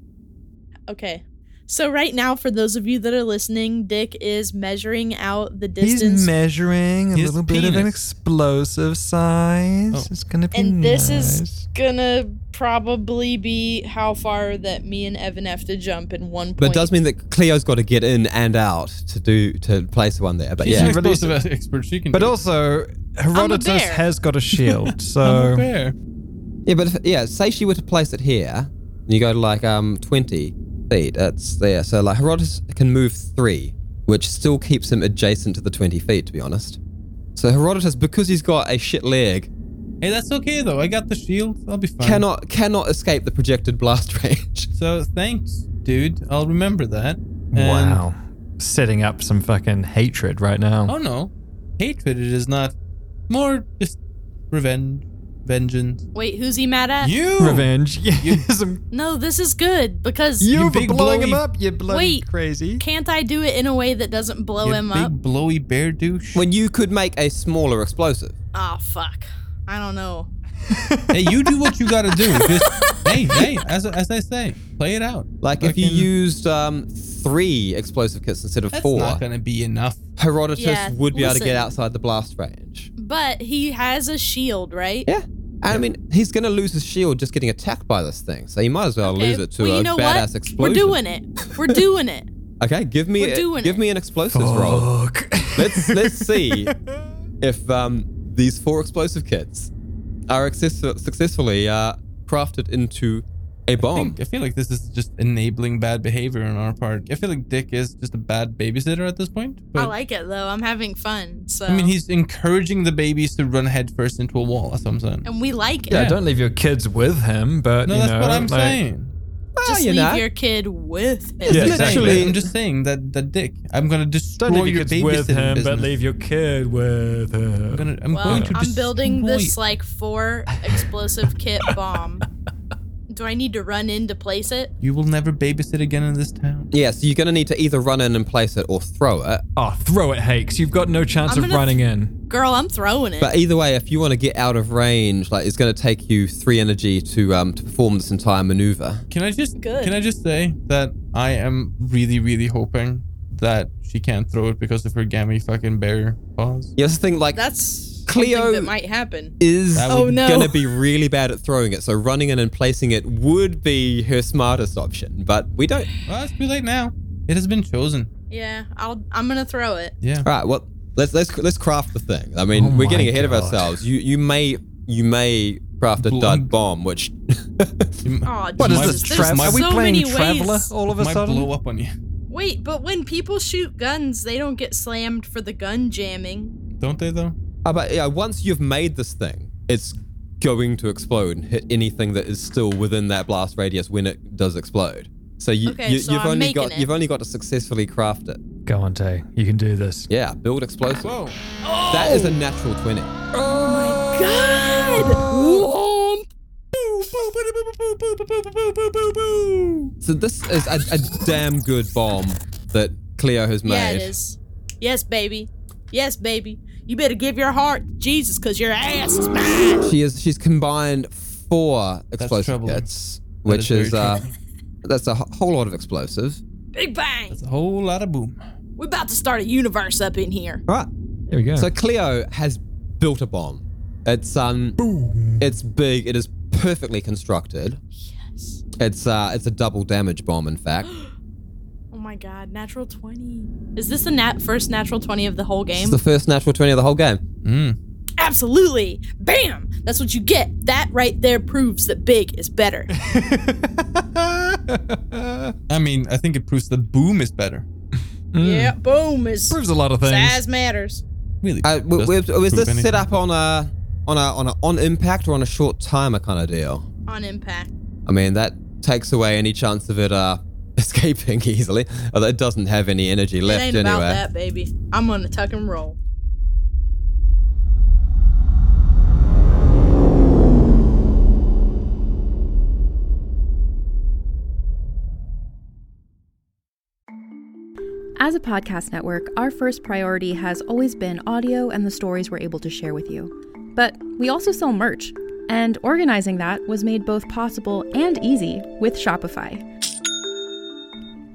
Speaker 4: Okay. So right now, for those of you that are listening, Dick is measuring out the distance,
Speaker 5: He's measuring a
Speaker 2: His
Speaker 5: little bit of an
Speaker 2: penis.
Speaker 5: explosive size.
Speaker 2: Oh.
Speaker 5: It's gonna be
Speaker 4: and this
Speaker 5: nice.
Speaker 4: is gonna probably be how far that me and Evan have to jump in one point.
Speaker 1: But it does mean that Cleo's got to get in and out to do to place one there. But
Speaker 2: She's
Speaker 1: yeah,
Speaker 2: an explosive expert. She can
Speaker 5: But
Speaker 2: do it.
Speaker 5: also, Herodotus
Speaker 4: bear.
Speaker 5: has got a shield,
Speaker 2: I'm a
Speaker 5: so
Speaker 2: bear.
Speaker 1: yeah, but if, yeah. Say she were to place it here, and you go to like um twenty feet. That's there. So like Herodotus can move three, which still keeps him adjacent to the twenty feet. To be honest, so Herodotus because he's got a shit leg
Speaker 2: Hey, that's okay though. I got the shield. I'll be fine.
Speaker 1: cannot cannot escape the projected blast range.
Speaker 2: So thanks, dude. I'll remember that. And-
Speaker 5: wow, setting up some fucking hatred right now.
Speaker 2: Oh no, hatred. It is not. More just revenge, vengeance.
Speaker 4: Wait, who's he mad at?
Speaker 2: You.
Speaker 5: Revenge. Oh. You,
Speaker 4: no, this is good because
Speaker 5: you,
Speaker 2: You
Speaker 5: for
Speaker 2: big
Speaker 5: blowing
Speaker 2: blowy-
Speaker 5: him up, you bloody
Speaker 4: Wait.
Speaker 5: crazy.
Speaker 4: can't I do it in a way that doesn't blow
Speaker 2: you
Speaker 4: him
Speaker 2: big
Speaker 4: up?
Speaker 2: blowy bear douche.
Speaker 1: when you could make a smaller explosive.
Speaker 4: Ah, fuck. I don't know.
Speaker 2: hey, you do what you gotta do. Just hey, hey. As, as I say, play it out.
Speaker 1: Like if you
Speaker 2: Fucking-
Speaker 1: used um, three explosive kits instead of
Speaker 2: That's
Speaker 1: four,
Speaker 2: not gonna be enough.
Speaker 1: Herodotus
Speaker 4: Yeah,
Speaker 1: would be able to get
Speaker 4: listen.
Speaker 1: outside the blast range.
Speaker 4: But he has a shield, right?
Speaker 1: Yeah. And I mean, he's going to lose his shield just getting attacked by this thing, so he might as well
Speaker 4: Okay,
Speaker 1: lose it to
Speaker 4: well, you
Speaker 1: a
Speaker 4: know
Speaker 1: badass
Speaker 4: what?
Speaker 1: explosion.
Speaker 4: We're doing it. We're doing it.
Speaker 1: Okay, give me
Speaker 4: We're
Speaker 1: a-
Speaker 4: doing
Speaker 1: give
Speaker 4: it.
Speaker 1: me an explosives roll.
Speaker 5: Fuck.
Speaker 1: Let's let's see if um, these four explosive kits are access- successfully uh, crafted into a
Speaker 2: I,
Speaker 1: bomb.
Speaker 2: think- I feel like this is just enabling bad behavior on our part. I feel like Dick is just a bad babysitter at this point.
Speaker 4: I
Speaker 2: but-
Speaker 4: like it though. I'm having fun. So
Speaker 2: I mean, he's encouraging the babies to run headfirst into a wall. That's what I'm saying.
Speaker 4: and we like it.
Speaker 5: Yeah, don't leave your kids with him, but
Speaker 2: no,
Speaker 5: you
Speaker 2: that's
Speaker 5: know,
Speaker 2: what I'm
Speaker 5: like,
Speaker 2: saying.
Speaker 1: Ah,
Speaker 4: Just
Speaker 1: you
Speaker 4: leave
Speaker 1: know.
Speaker 4: your kid with him.
Speaker 5: Yeah,
Speaker 2: Exactly.
Speaker 1: Actually-
Speaker 2: I'm just saying that that Dick. I'm gonna destroy
Speaker 5: Don't leave
Speaker 2: your
Speaker 5: your kids with
Speaker 2: babysitting
Speaker 5: him,
Speaker 2: business.
Speaker 5: but leave your kid with him.
Speaker 2: I'm gonna. I'm
Speaker 4: Well,
Speaker 2: going to
Speaker 4: I'm building this
Speaker 2: destroy-
Speaker 4: like four explosive kit bomb. Do I need to run in to place it?
Speaker 2: You will never babysit again in this town.
Speaker 1: Yeah, so you're going to need to either run in and place it or throw it.
Speaker 5: Oh, throw it, Hakes. You've got no chance of
Speaker 4: I'm gonna
Speaker 5: running in.
Speaker 4: Girl, I'm throwing it.
Speaker 1: But either way, if you want to get out of range, like it's going to take you three energy to um, to perform this entire maneuver.
Speaker 2: Can I just?
Speaker 4: Good.
Speaker 2: Can I just say that I am really, really hoping that she can't throw it because of her gammy fucking bear paws.
Speaker 1: You know, this thing like
Speaker 4: That's
Speaker 1: Cleo-
Speaker 4: something that might happen.
Speaker 1: is
Speaker 2: That would- Oh,
Speaker 4: no.
Speaker 1: going to be really bad at throwing it. So running in and placing it would be her smartest option, but we don't.
Speaker 2: Well, it's too late now. It has been chosen.
Speaker 4: Yeah, I'll. I'm gonna throw it.
Speaker 2: Yeah.
Speaker 1: All right, well let's let's let's craft the thing. I mean,
Speaker 5: Oh
Speaker 1: we're getting
Speaker 5: my
Speaker 1: ahead of
Speaker 5: God.
Speaker 1: ourselves. You you may you may craft a
Speaker 2: Bl-
Speaker 1: dud bomb, which
Speaker 4: Oh,
Speaker 5: What is
Speaker 2: My-
Speaker 5: this?
Speaker 4: There's
Speaker 5: Trav-
Speaker 2: my-
Speaker 5: Are we
Speaker 4: so
Speaker 5: playing
Speaker 4: many
Speaker 5: Traveler
Speaker 4: ways.
Speaker 5: all of a
Speaker 2: Might
Speaker 5: sudden?
Speaker 2: blow up on you,
Speaker 4: Wait, but when people shoot guns, they don't get slammed for the gun jamming.
Speaker 2: don't they though?
Speaker 1: Uh, but yeah, once you've made this thing, it's going to explode and hit anything that is still within that blast radius when it does explode. So you,
Speaker 4: Okay,
Speaker 1: you
Speaker 4: so
Speaker 1: you've
Speaker 4: I'm
Speaker 1: only
Speaker 4: making
Speaker 1: got
Speaker 4: it.
Speaker 1: you've only got to successfully craft it.
Speaker 5: Go on, Tay. You can do this.
Speaker 1: Yeah, build explosive. That is a
Speaker 4: Oh.
Speaker 1: natural twenty. So this is a, a damn good bomb that Cleo has made.
Speaker 4: Yeah, it is. Yes, baby. Yes, baby. You better give your heart to Jesus, cause your ass is mine.
Speaker 1: She is she's combined four explosive
Speaker 2: troubling.
Speaker 1: kits, which
Speaker 2: is
Speaker 1: is,
Speaker 2: very
Speaker 1: uh, that's a wh- whole lot of explosive.
Speaker 4: Big bang.
Speaker 2: It's a whole lot of boom.
Speaker 4: We're about to start a universe up in here.
Speaker 1: All right.
Speaker 5: There we go.
Speaker 1: So Cleo has built a bomb. It's um, it's big. It is perfectly constructed.
Speaker 4: Yes.
Speaker 1: It's uh, it's a double damage bomb, in fact.
Speaker 4: Oh my God, natural twenty. Is this the nat- first natural twenty of the whole game?
Speaker 1: It's the first natural twenty of the whole game.
Speaker 4: Absolutely. Bam. That's what you get. That right there proves that big is better.
Speaker 2: I mean, I think it proves that boom is better.
Speaker 5: Mm.
Speaker 4: yeah. Boom is
Speaker 5: Proves a lot of things.
Speaker 4: size matters.
Speaker 2: Really?
Speaker 1: Uh, w-
Speaker 2: doesn't
Speaker 1: w- was
Speaker 2: prove
Speaker 1: this
Speaker 2: anything.
Speaker 1: set up on a on a on a on impact or on a short timer kind of deal?
Speaker 4: On impact.
Speaker 1: I mean, that takes away any chance of it uh escaping easily. Although it doesn't have any energy
Speaker 4: It
Speaker 1: left
Speaker 4: ain't
Speaker 1: anyway.
Speaker 4: about that, baby. I'm gonna tuck and roll.
Speaker 6: As a podcast network, our first priority has always been audio and the stories we're able to share with you. But we also sell merch, and organizing that was made both possible and easy with Shopify.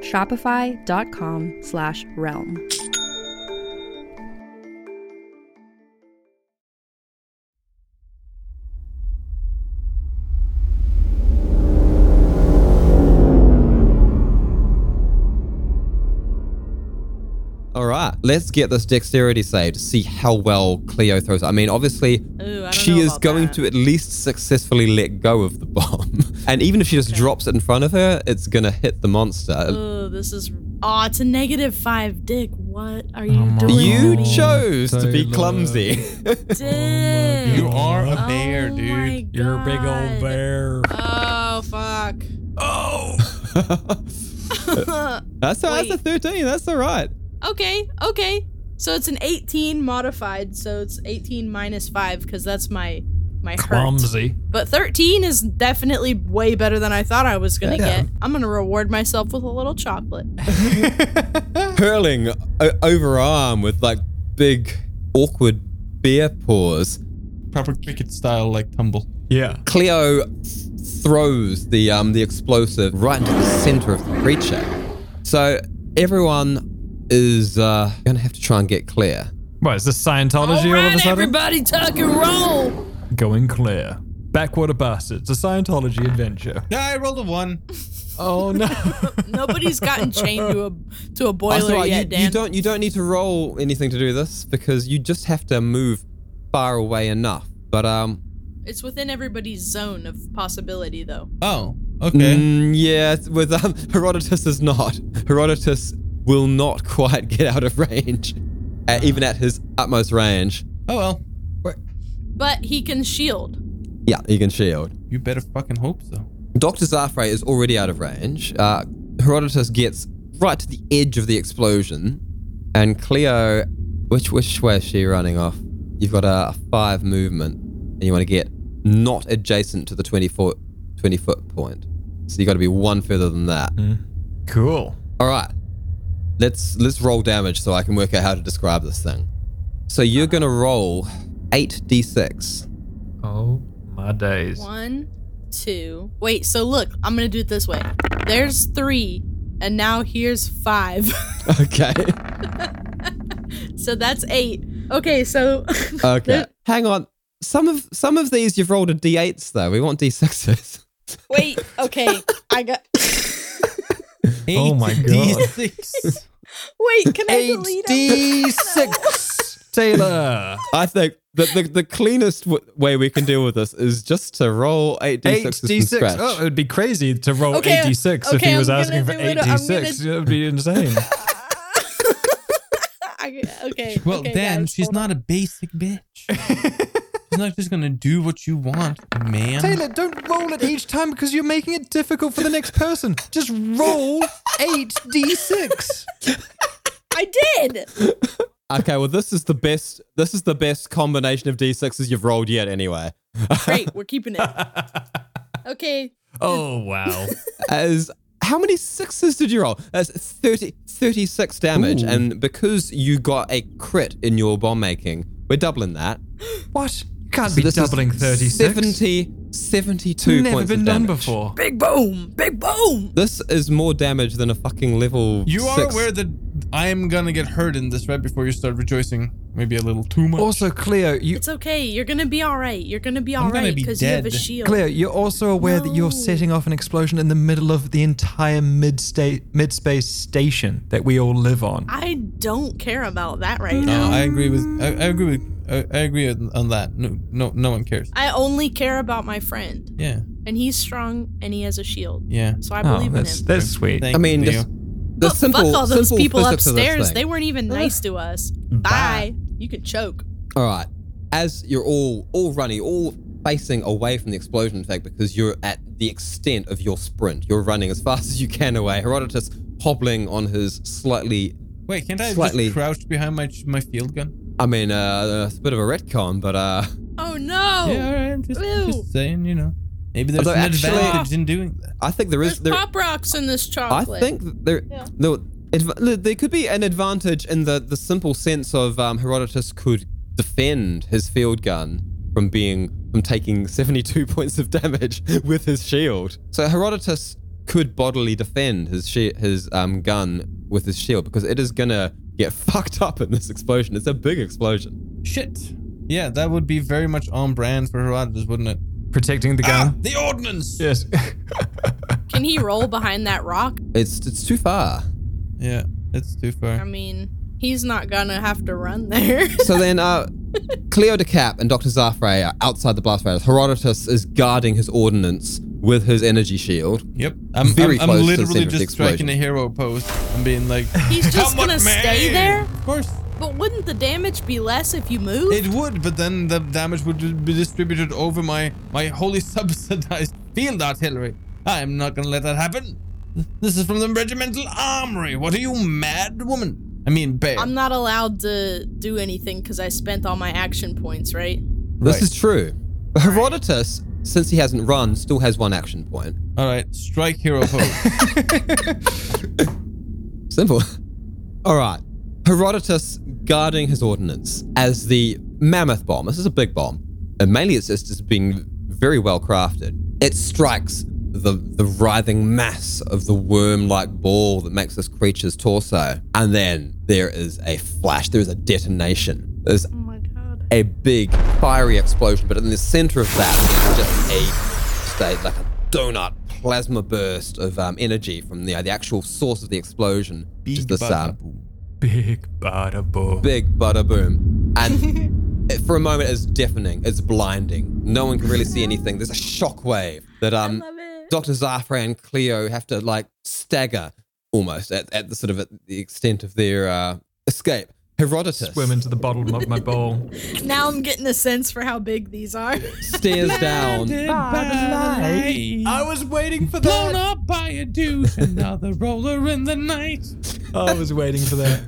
Speaker 6: Shopify.com slash realm.
Speaker 1: right, let's get this dexterity save to see how well Cleo throws. I mean, obviously,
Speaker 4: Ooh, I don't
Speaker 1: she
Speaker 4: know
Speaker 1: is
Speaker 4: about
Speaker 1: going
Speaker 4: that.
Speaker 1: to at least successfully let go of the bomb. and even if she just drops it in front of her, it's going to hit the monster.
Speaker 4: Oh, this is. Oh, it's a negative five, Dick. What are you
Speaker 5: Oh my
Speaker 4: doing?
Speaker 1: You
Speaker 4: to me?
Speaker 1: chose to be
Speaker 5: Taylor.
Speaker 1: clumsy.
Speaker 4: Dick.
Speaker 2: You are a
Speaker 4: Oh
Speaker 2: bear,
Speaker 4: my
Speaker 2: dude.
Speaker 5: You're a big
Speaker 4: God.
Speaker 5: old bear.
Speaker 4: Oh fuck.
Speaker 1: that's, all, that's a
Speaker 4: Wait.
Speaker 1: 13. That's all right.
Speaker 4: okay, okay. So it's an 18 modified, so it's 18 minus 5 cuz that's my my hurt.
Speaker 5: Clumsy.
Speaker 4: But 13 is definitely way better than I thought I was going to
Speaker 5: Yeah.
Speaker 4: get. I'm going to reward myself with a little chocolate.
Speaker 1: Hurling o- over arm with like big, awkward bear paws.
Speaker 2: Proper cricket style, like tumble.
Speaker 5: Yeah.
Speaker 1: Cleo throws the um, the explosive right into the center of the creature. So everyone is uh, gonna have to try and get clear.
Speaker 5: What is this Scientology all, of a
Speaker 4: Alright,
Speaker 5: sudden?
Speaker 4: everybody tuck and roll.
Speaker 5: Going clear. Backwater bastards. A Scientology adventure.
Speaker 2: Yeah, I rolled a one.
Speaker 5: Oh no.
Speaker 4: Nobody's gotten chained to a to a boiler
Speaker 1: Also, uh, you,
Speaker 4: yet,
Speaker 1: you
Speaker 4: Dan.
Speaker 1: don't you don't need to roll anything to do this because you just have to move far away enough. But um,
Speaker 4: It's within everybody's zone of possibility though.
Speaker 2: Oh, okay.
Speaker 1: mm, yeah, it's with um, Herodotus is not. Herodotus will not quite get out of range, uh, even at his utmost range.
Speaker 2: Oh well.
Speaker 4: But he can shield.
Speaker 1: Yeah, he can shield.
Speaker 2: You better fucking hope so.
Speaker 1: Dr. Zafre is already out of range. Uh, Herodotus gets right to the edge of the explosion. And Cleo, which which way is she running off? You've got a, five movement, and you want to get not adjacent to the 20 foot, 20 foot point. So you got to be one further than that.
Speaker 5: cool.
Speaker 1: All right, let's let's roll damage so I can work out how to describe this thing. So you're gonna roll eight d6.
Speaker 5: Oh my days.
Speaker 4: One, two. Wait, so look, I'm gonna do it this way. There's three, and now here's five.
Speaker 1: Okay.
Speaker 4: so that's eight. Okay, so
Speaker 1: Okay. Hang on. Some of some of these you've rolled a d8s though. We want d6s.
Speaker 4: wait, okay, I got.
Speaker 5: Oh my god.
Speaker 2: D6.
Speaker 4: Wait, can I delete it?
Speaker 5: HD6 Taylor.
Speaker 1: I think that the, the cleanest w- way we can deal with this is just to roll eight d6s from
Speaker 5: HD6.
Speaker 1: scratch.
Speaker 5: Oh, it would be crazy to roll
Speaker 4: Okay,
Speaker 5: 86 if
Speaker 4: okay,
Speaker 5: he was
Speaker 4: I'm
Speaker 5: asking
Speaker 4: gonna
Speaker 5: for
Speaker 4: do it. I'm
Speaker 5: 86. It would be insane.
Speaker 4: I, okay.
Speaker 2: Well,
Speaker 4: okay,
Speaker 2: Dan,
Speaker 4: guys,
Speaker 2: she's
Speaker 4: hold on.
Speaker 2: not a basic bitch. she's not just gonna do what you want, man.
Speaker 5: Taylor, don't roll it each time because you're making it difficult for the next person. Just roll 8d6.
Speaker 4: I did.
Speaker 1: Okay, well this is the best this is the best combination of d6s you've rolled yet anyway.
Speaker 4: Great, we're keeping it. Okay.
Speaker 5: Oh, wow.
Speaker 1: As how many sixes did you roll? That's 30, 36 damage and because you got a crit in your bomb making, we're doubling that.
Speaker 5: what? You can't
Speaker 1: So
Speaker 5: be
Speaker 1: this is
Speaker 5: doubling 36.
Speaker 1: 70 72
Speaker 5: Never
Speaker 1: points
Speaker 5: been
Speaker 1: of
Speaker 5: done
Speaker 1: damage.
Speaker 5: before.
Speaker 4: Big boom. Big boom.
Speaker 1: This is more damage than a fucking level.
Speaker 2: You are
Speaker 1: six.
Speaker 2: aware that I am gonna get hurt in this right before you start rejoicing. Maybe a little too much.
Speaker 5: Also, Cleo, you
Speaker 4: It's okay. You're gonna be all right. You're gonna be all
Speaker 2: gonna
Speaker 4: right
Speaker 2: be
Speaker 4: because you have a
Speaker 2: dead.
Speaker 4: shield.
Speaker 5: Cleo, you're also aware that
Speaker 4: No.
Speaker 5: you're setting off an explosion in the middle of the entire mid mid space station that we all live on.
Speaker 4: I don't care about that right now.
Speaker 2: no, I agree with. I, I agree with. I, I agree on, on that. No, no, no one cares.
Speaker 4: I only care about my friend.
Speaker 2: Yeah,
Speaker 4: and he's strong and he has a shield.
Speaker 2: yeah.
Speaker 4: So I
Speaker 5: Oh,
Speaker 4: believe in
Speaker 5: that's,
Speaker 4: him.
Speaker 5: that's sweet.
Speaker 2: Thank
Speaker 1: I mean,
Speaker 2: you.
Speaker 1: just
Speaker 2: Theo.
Speaker 1: the
Speaker 4: But
Speaker 1: simple,
Speaker 4: fuck all those
Speaker 1: simple
Speaker 4: people
Speaker 1: physics of this
Speaker 4: upstairs.
Speaker 1: thing.
Speaker 4: They weren't even nice to us. Bye. You could choke.
Speaker 1: All right. As you're all all running, all facing away from the explosion, in fact, because you're at the extent of your sprint. You're running as fast as you can away. Herodotus hobbling on his slightly.
Speaker 2: Wait, can't I
Speaker 1: slightly-
Speaker 2: just crouch behind my my field gun?
Speaker 1: I mean, uh, it's a bit of a retcon, but uh,
Speaker 4: Oh no.
Speaker 2: Yeah, all right, I'm just, I'm
Speaker 4: Ew.
Speaker 2: just saying, you know. Maybe there's
Speaker 1: Although
Speaker 2: an
Speaker 1: actually-
Speaker 2: advantage in doing that.
Speaker 1: I think there
Speaker 4: There's
Speaker 1: is there.
Speaker 4: pop rocks in this
Speaker 1: I
Speaker 4: chocolate.
Speaker 1: think that there
Speaker 4: Yeah.
Speaker 1: no, adv- there could be an advantage in the the simple sense of um, Herodotus could defend his field gun from being from taking 72 points of damage with his shield. So Herodotus could bodily defend his shi his um, gun with his shield because it is gonna get fucked up in this explosion. It's a big explosion.
Speaker 2: Shit. Yeah, that would be very much on brand for Herodotus, wouldn't it?
Speaker 5: Protecting the
Speaker 2: Ah,
Speaker 5: gun.
Speaker 2: the ordnance.
Speaker 5: Yes.
Speaker 4: Can he roll behind that rock?
Speaker 1: It's it's too far.
Speaker 2: Yeah, it's too
Speaker 4: I
Speaker 2: far.
Speaker 4: mean, He's not gonna have to run there.
Speaker 1: So then, uh, Cleo de Cap and Dr. Zafre are outside the blast radius. Herodotus is guarding his ordnance with his energy shield.
Speaker 2: Yep. I'm,
Speaker 1: Very
Speaker 2: I'm,
Speaker 1: close
Speaker 2: I'm
Speaker 1: to the
Speaker 2: literally
Speaker 1: center of the
Speaker 2: just
Speaker 1: explosion.
Speaker 2: striking a hero pose. I'm being like,
Speaker 4: He's just
Speaker 2: "Come on,
Speaker 4: gonna stay
Speaker 2: man."
Speaker 4: there?
Speaker 2: Of course.
Speaker 4: but wouldn't the damage be less if you move?
Speaker 2: It would, but then the damage would be distributed over my my wholly subsidized field artillery. I am not gonna let that happen. This is from the regimental armory. What are you, mad woman? I mean, bear.
Speaker 4: I'm not allowed to do anything because I spent all my action points, right?
Speaker 1: This is true. But Herodotus, since he hasn't run, still has one action point.
Speaker 2: All right, strike hero pose.
Speaker 1: Simple. All right. Herodotus guarding his ordnance as the mammoth bomb. This is a big bomb. And mainly it's just it's being very well crafted. It strikes the, the writhing mass of the worm like ball that makes this creature's torso. And then there is a flash, there is a detonation. There's
Speaker 4: Oh my god.
Speaker 1: a big fiery explosion, but in the center of that is just a state like a donut plasma burst of um, energy from the the actual source of the explosion, which is
Speaker 2: Big
Speaker 1: this
Speaker 2: bada
Speaker 1: um,
Speaker 2: boom.
Speaker 5: Big bada boom.
Speaker 1: big butter boom, and it, for a moment it's deafening, it's blinding. No one can really see anything. There's a shockwave that um
Speaker 4: love it.
Speaker 1: Dr. Zafra and Cleo have to like stagger almost at, at the sort of at the extent of their uh, escape. Herodotus
Speaker 5: Swim into the bottom of my bowl.
Speaker 4: Now I'm getting a sense for how big these are.
Speaker 1: stares down.
Speaker 2: Bye.
Speaker 5: I was waiting for
Speaker 2: Blown
Speaker 5: that.
Speaker 2: up by a douche, another roller in the night.
Speaker 5: I was waiting for that.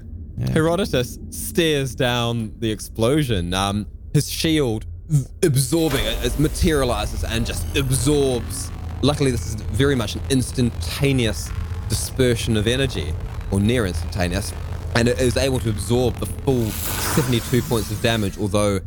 Speaker 1: Herodotus stares down the explosion. Um, his shield v- absorbing it, it materializes and just absorbs. Luckily, this is very much an instantaneous dispersion of energy, or near instantaneous, and it is able to absorb the full 72 points of damage. Although,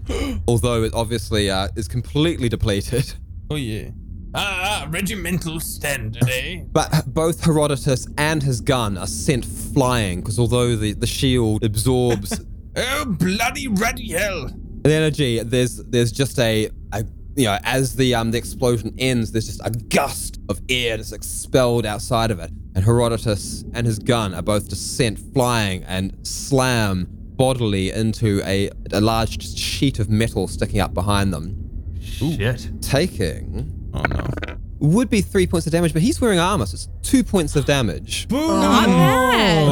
Speaker 1: although it obviously uh, is completely depleted.
Speaker 2: Oh yeah. Ah, ah, regimental standard, eh?
Speaker 1: But both Herodotus and his gun are sent flying because although the, the shield absorbs
Speaker 2: Oh bloody ruddy hell!
Speaker 1: the energy there's there's just a, a you know as the um the explosion ends there's just a gust of air that's expelled outside of it and herodotus and his gun are both just sent flying and slam bodily into a, a large sheet of metal sticking up behind them
Speaker 3: Shit.
Speaker 1: taking
Speaker 2: Oh no.
Speaker 1: would be three points of damage but he's wearing armor so it's two points of damage
Speaker 2: Oh.
Speaker 4: Not bad.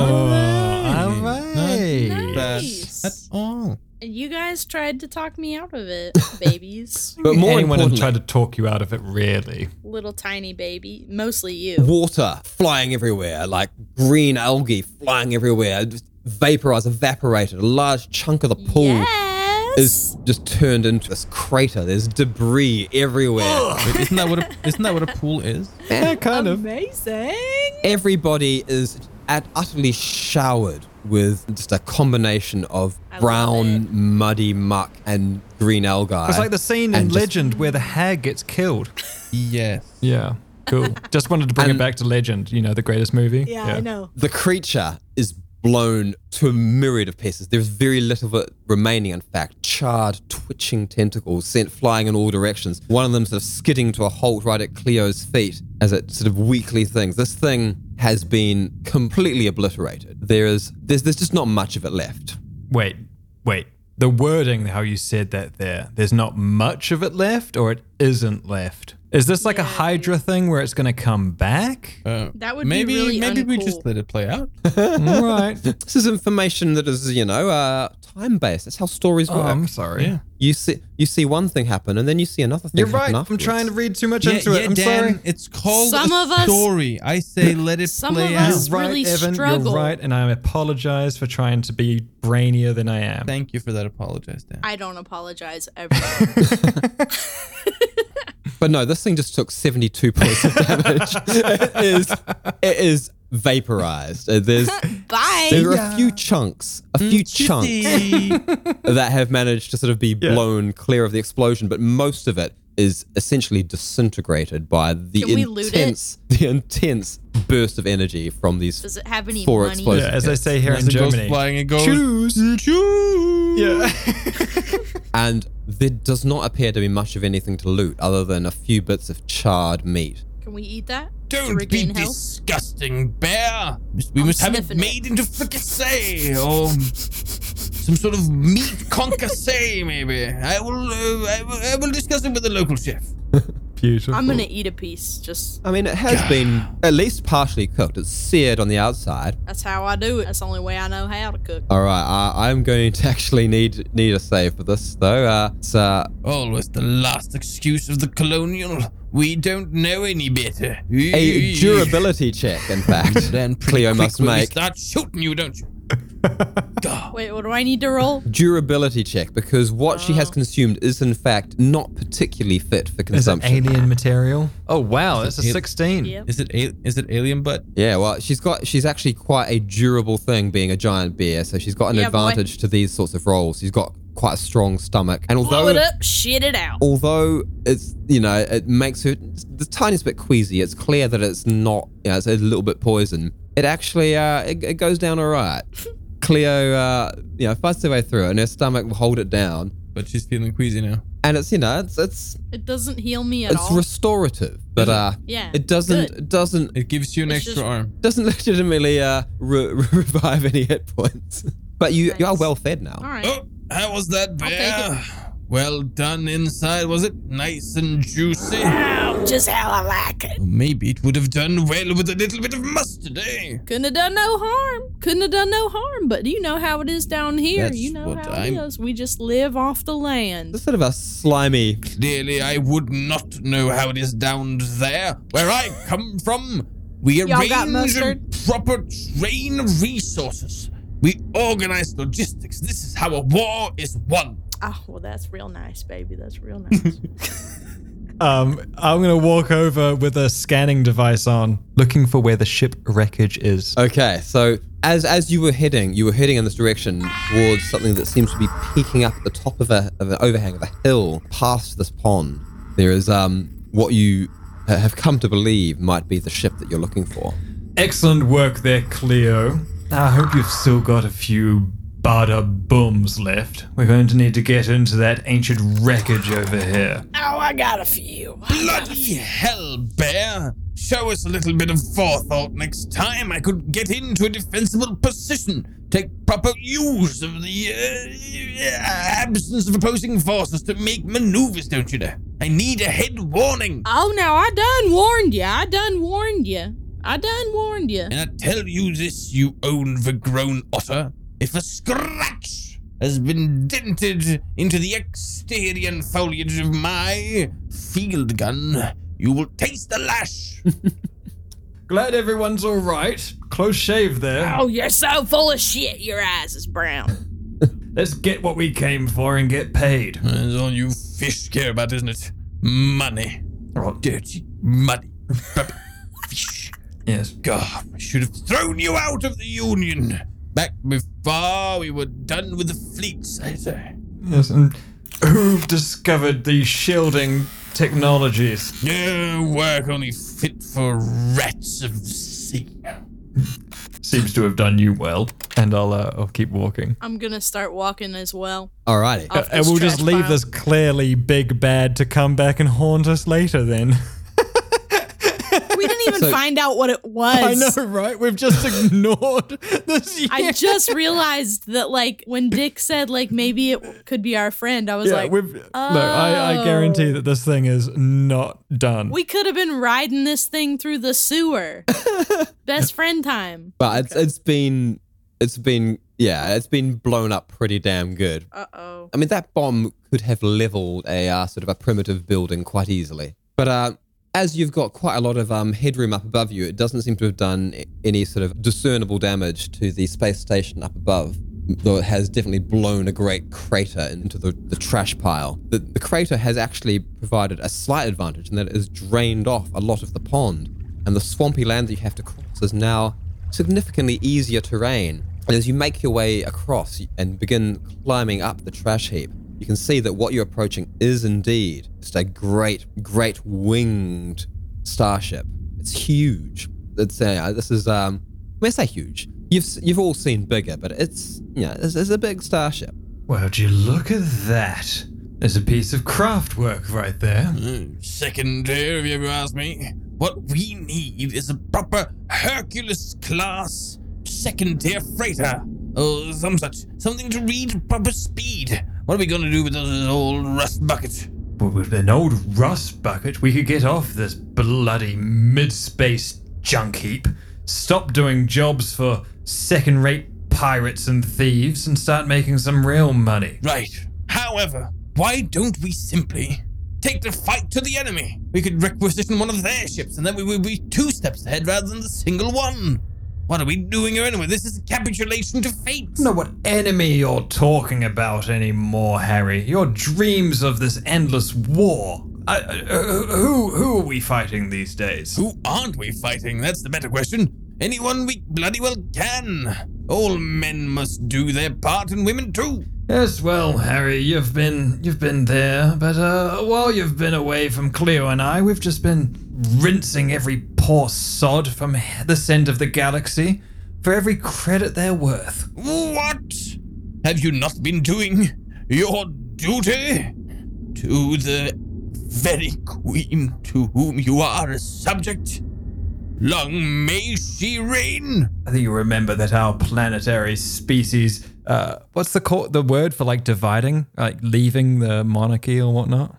Speaker 5: All right.
Speaker 4: Nice.
Speaker 2: Oh.
Speaker 4: And you guys tried to talk me out of it, babies.
Speaker 1: but more
Speaker 5: Anyone
Speaker 1: importantly
Speaker 5: tried to talk you out of it, really.
Speaker 4: Little tiny baby. Mostly you.
Speaker 1: water flying everywhere, like green algae flying everywhere, just vaporized, evaporated. A large chunk of the pool
Speaker 4: Yes.
Speaker 1: is just turned into this crater. There's debris everywhere.
Speaker 2: isn't that what a isn't that what a pool is?
Speaker 5: Yeah, kind of.
Speaker 4: Amazing.
Speaker 1: Everybody is at utterly showered with just a combination of
Speaker 4: I love
Speaker 1: brown,
Speaker 4: it.
Speaker 1: muddy muck and green algae.
Speaker 5: It's like the scene in
Speaker 1: And just-
Speaker 5: Legend where the hag gets killed.
Speaker 2: Yes.
Speaker 5: Yeah. Cool. Just wanted to bring it back to Legend, you know, the greatest movie.
Speaker 4: Yeah, I know.
Speaker 1: the creature is blown to a myriad of pieces. There's very little of it remaining, in fact. Charred, twitching tentacles sent flying in all directions. One of them sort of skidding to a halt right at Cleo's feet as it sort of weakly things. This thing has been completely obliterated. There is there's there's just not much of it left.
Speaker 5: Wait, wait. The wording, how you said that there, there's not much of it left or it isn't left. Is this like a Hydra thing where it's going to come back?
Speaker 4: That would be
Speaker 2: maybe
Speaker 4: really
Speaker 2: maybe we
Speaker 4: uncool.
Speaker 2: just let it play out.
Speaker 5: right.
Speaker 1: This is information that is, you know, uh, time based. That's how stories
Speaker 5: Oh,
Speaker 1: work.
Speaker 5: I'm sorry.
Speaker 2: Yeah.
Speaker 1: you see you see one thing happen and then you see another thing.
Speaker 5: You're
Speaker 1: happen
Speaker 5: right. I'm
Speaker 1: afterwards.
Speaker 5: trying to read too much into it. I'm sorry.
Speaker 2: It's called
Speaker 4: Some
Speaker 2: a
Speaker 4: of us-
Speaker 2: story. I say let it
Speaker 4: Some
Speaker 2: play
Speaker 4: of
Speaker 2: out.
Speaker 4: us-
Speaker 5: You're right,
Speaker 4: really
Speaker 5: Evan.
Speaker 4: struggle.
Speaker 5: You're right, and I apologize for trying to be brainier than I am.
Speaker 2: Thank you for that apologize, Dan.
Speaker 4: I don't apologize ever.
Speaker 1: But no, this thing just took 72 points of damage. it, is, it is vaporized. Uh, There's,
Speaker 4: Bye.
Speaker 1: there are a few chunks, a few chunks that have managed to sort of be blown clear of the explosion, but most of it is essentially disintegrated by the
Speaker 4: Can we loot it?
Speaker 1: intense, the intense burst of energy from these
Speaker 4: Does it have any
Speaker 1: four
Speaker 4: money?
Speaker 1: explosives.
Speaker 5: Yeah, as I say here
Speaker 2: As
Speaker 5: in
Speaker 2: it goes
Speaker 5: Germany.
Speaker 2: flying, it goes.
Speaker 5: Choose. Yeah.
Speaker 1: And there does not appear to be much of anything to loot other than a few bits of charred meat.
Speaker 4: Can we eat that? to
Speaker 2: Don't be
Speaker 4: regain health.
Speaker 2: disgusting, bear. We
Speaker 4: I'm
Speaker 2: must have it
Speaker 4: sniffing it.
Speaker 2: made into fricassee or some sort of meat concassee, maybe. I will, uh, I will. I will discuss it with the local chef.
Speaker 5: Beautiful.
Speaker 4: I'm
Speaker 2: Oh.
Speaker 4: gonna eat a piece. Just
Speaker 1: I mean, it has been at least partially cooked. It's seared on the outside.
Speaker 4: that's how I do it. That's the only way I know how to cook.
Speaker 1: All right, I, I'm going to actually need need a save for this though. Uh, it's uh,
Speaker 2: Always the last excuse of the colonial. We don't know any better.
Speaker 1: a durability check, in fact.
Speaker 2: Then pretty
Speaker 1: Cleo
Speaker 2: quick
Speaker 1: must
Speaker 2: when we
Speaker 1: make
Speaker 2: start shooting you, don't you? Gah.
Speaker 4: Wait, what do I need to roll?
Speaker 1: durability check because what she has
Speaker 4: Oh.
Speaker 1: consumed is in fact not particularly fit for
Speaker 5: Is it
Speaker 1: consumption.
Speaker 5: alien material? Oh wow, that's a
Speaker 2: al-
Speaker 5: 16.
Speaker 4: Yep.
Speaker 2: Is it a- is it alien butt?
Speaker 1: Yeah, well, she's got she's actually quite a durable thing being a giant bear, so she's got an
Speaker 4: Yeah, boy.
Speaker 1: advantage to these sorts of roles. She's got quite a strong stomach, and although
Speaker 4: Blow it up, shit it
Speaker 2: Oh.
Speaker 4: out.
Speaker 1: although it's you know it makes her the tiniest bit queasy, it's clear that it's not you know, it's a little bit poison. It actually uh, it, it goes down all right. Cleo, uh, you know, fights her way through it, and her stomach will hold it down,
Speaker 2: But she's feeling queasy now.
Speaker 1: and it's you know it's it's
Speaker 4: It doesn't heal me at
Speaker 1: it's
Speaker 4: all.
Speaker 1: restorative, but uh,
Speaker 4: yeah.
Speaker 1: it doesn't
Speaker 4: good.
Speaker 1: it doesn't
Speaker 2: It gives you an
Speaker 4: It's
Speaker 2: extra
Speaker 4: just-
Speaker 2: arm.
Speaker 1: doesn't legitimately uh, re- re- revive any hit points. But you you are
Speaker 4: Nice.
Speaker 1: well fed now.
Speaker 4: All right.
Speaker 2: Oh, how was that
Speaker 4: take
Speaker 2: bear? Well done inside, was it? Nice and juicy.
Speaker 4: Oh, Just how I like it.
Speaker 2: Maybe it would have done well with a little bit of mustard, eh?
Speaker 4: Couldn't have done no harm. Couldn't have done no harm. But you know how it is down here.
Speaker 2: That's
Speaker 4: you know
Speaker 2: what
Speaker 4: how
Speaker 2: I'm-
Speaker 4: it is. We just live off the land.
Speaker 1: It's sort of a slimy.
Speaker 2: Clearly, I would not know how it is down there, where I come from. We
Speaker 4: Y'all got
Speaker 2: arrange a
Speaker 4: mustard?
Speaker 2: proper train of resources. We organize logistics. This is how a war is won.
Speaker 4: Oh, well, that's real nice, baby. That's real nice.
Speaker 5: Um, I'm gonna walk over with a scanning device on, looking for where the ship wreckage is.
Speaker 1: Okay, so as as you were heading, you were heading in this direction towards something that seems to be peeking up at the top of a of an overhang of a hill past this pond. There is um what you ha- have come to believe might be the ship that you're looking for.
Speaker 3: Excellent work there, Cleo. I hope you've still got a few bada bums left. We're going to need to get into that ancient wreckage over here.
Speaker 4: oh, I got a few.
Speaker 2: Bloody hell, bear! Show us a little bit of forethought next time. I could get into a defensible position, take proper use of the uh, absence of opposing forces to make maneuvers, don't you know? I need a head warning.
Speaker 4: Oh, no, I done warned you. I done warned you. I done warned you.
Speaker 2: And I tell you this, you overgrown otter. If a scratch has been dented into the exterior and foliage of my field gun, you will taste the lash.
Speaker 3: Glad everyone's all right. Close shave there.
Speaker 4: Oh, you're so full of shit. Your eyes is brown.
Speaker 3: Let's get what we came for and get paid.
Speaker 2: That's all you fish care about, isn't it? Money.
Speaker 3: Oh,
Speaker 2: Dirty money. But fish.
Speaker 3: yes.
Speaker 2: God, I should have thrown you out of the Union back before we were done with the fleets, I say.
Speaker 3: Yes, and who've discovered the shielding technologies?
Speaker 2: No work only fit for rats of the sea.
Speaker 3: Seems to have done you well.
Speaker 5: And I'll uh, I'll keep walking.
Speaker 4: I'm going to start walking as well.
Speaker 1: Alrighty.
Speaker 4: Off
Speaker 5: And
Speaker 4: this
Speaker 5: Uh, we'll just
Speaker 4: trash
Speaker 5: leave
Speaker 4: pile.
Speaker 5: this clearly big bad to come back and haunt us later. Then
Speaker 4: We didn't even find out what it was.
Speaker 5: I know, right? We've just ignored this.
Speaker 4: I just realized that, like, when Dick said, like, maybe it could be our friend, I was
Speaker 5: Yeah,
Speaker 4: like, oh.
Speaker 5: we've, no, I, I guarantee that this thing is not done.
Speaker 4: we could have been riding this thing through the sewer. Best friend time.
Speaker 1: But it's it's been it's been yeah, it's been blown up pretty damn good.
Speaker 4: Uh oh.
Speaker 1: I mean, that bomb could have leveled a uh, sort of a primitive building quite easily. But uh, as you've got quite a lot of um, headroom up above you, it doesn't seem to have done a- any sort of discernible damage to the space station up above. Though it has definitely blown a great crater into the, the trash pile. The, the crater has actually provided a slight advantage in that it has drained off a lot of the pond, and the swampy land that you have to cross is now significantly easier terrain. And as you make your way across and begin climbing up the trash heap, you can see that what you're approaching is indeed just a great, great winged starship. It's huge. It's uh, this is um, when I say huge, you've s- you've all seen bigger, but it's yeah, it's, it's a big starship.
Speaker 3: Well, do you look at that? There's a piece of craft work right there.
Speaker 2: Mm, Second tier, if you ever ask me. What we need is a proper Hercules class second tier freighter. or some such. Something to read at proper speed. What are we going to do with this old rust bucket?
Speaker 5: But with an old rust bucket, we could get off this bloody mid space junk heap, stop doing jobs for second rate pirates and thieves, and start making some real money.
Speaker 2: Right. However, why don't we simply take the fight to the enemy? We could requisition one of their ships, and then we would be two steps ahead rather than the single one. What are we doing here anyway? This is a capitulation to fate.
Speaker 5: I don't know what enemy you're talking about anymore, Harry. Your dreams of this endless war. I, I- uh, who who are we fighting these days?
Speaker 2: Who aren't we fighting? That's the better question. Anyone we bloody well can. All men must do their part, and women too.
Speaker 5: Yes, well, Harry, you've been you've been there, but uh, while you've been away from Cleo and I, we've just been rinsing every poor sod from this end of the galaxy for every credit they're worth.
Speaker 2: What have you not been doing your duty to the very queen to whom you are a subject? Long may she reign.
Speaker 5: I think you remember that our planetary species.
Speaker 7: Uh, what's the co- the word for like dividing, like leaving the monarchy or whatnot?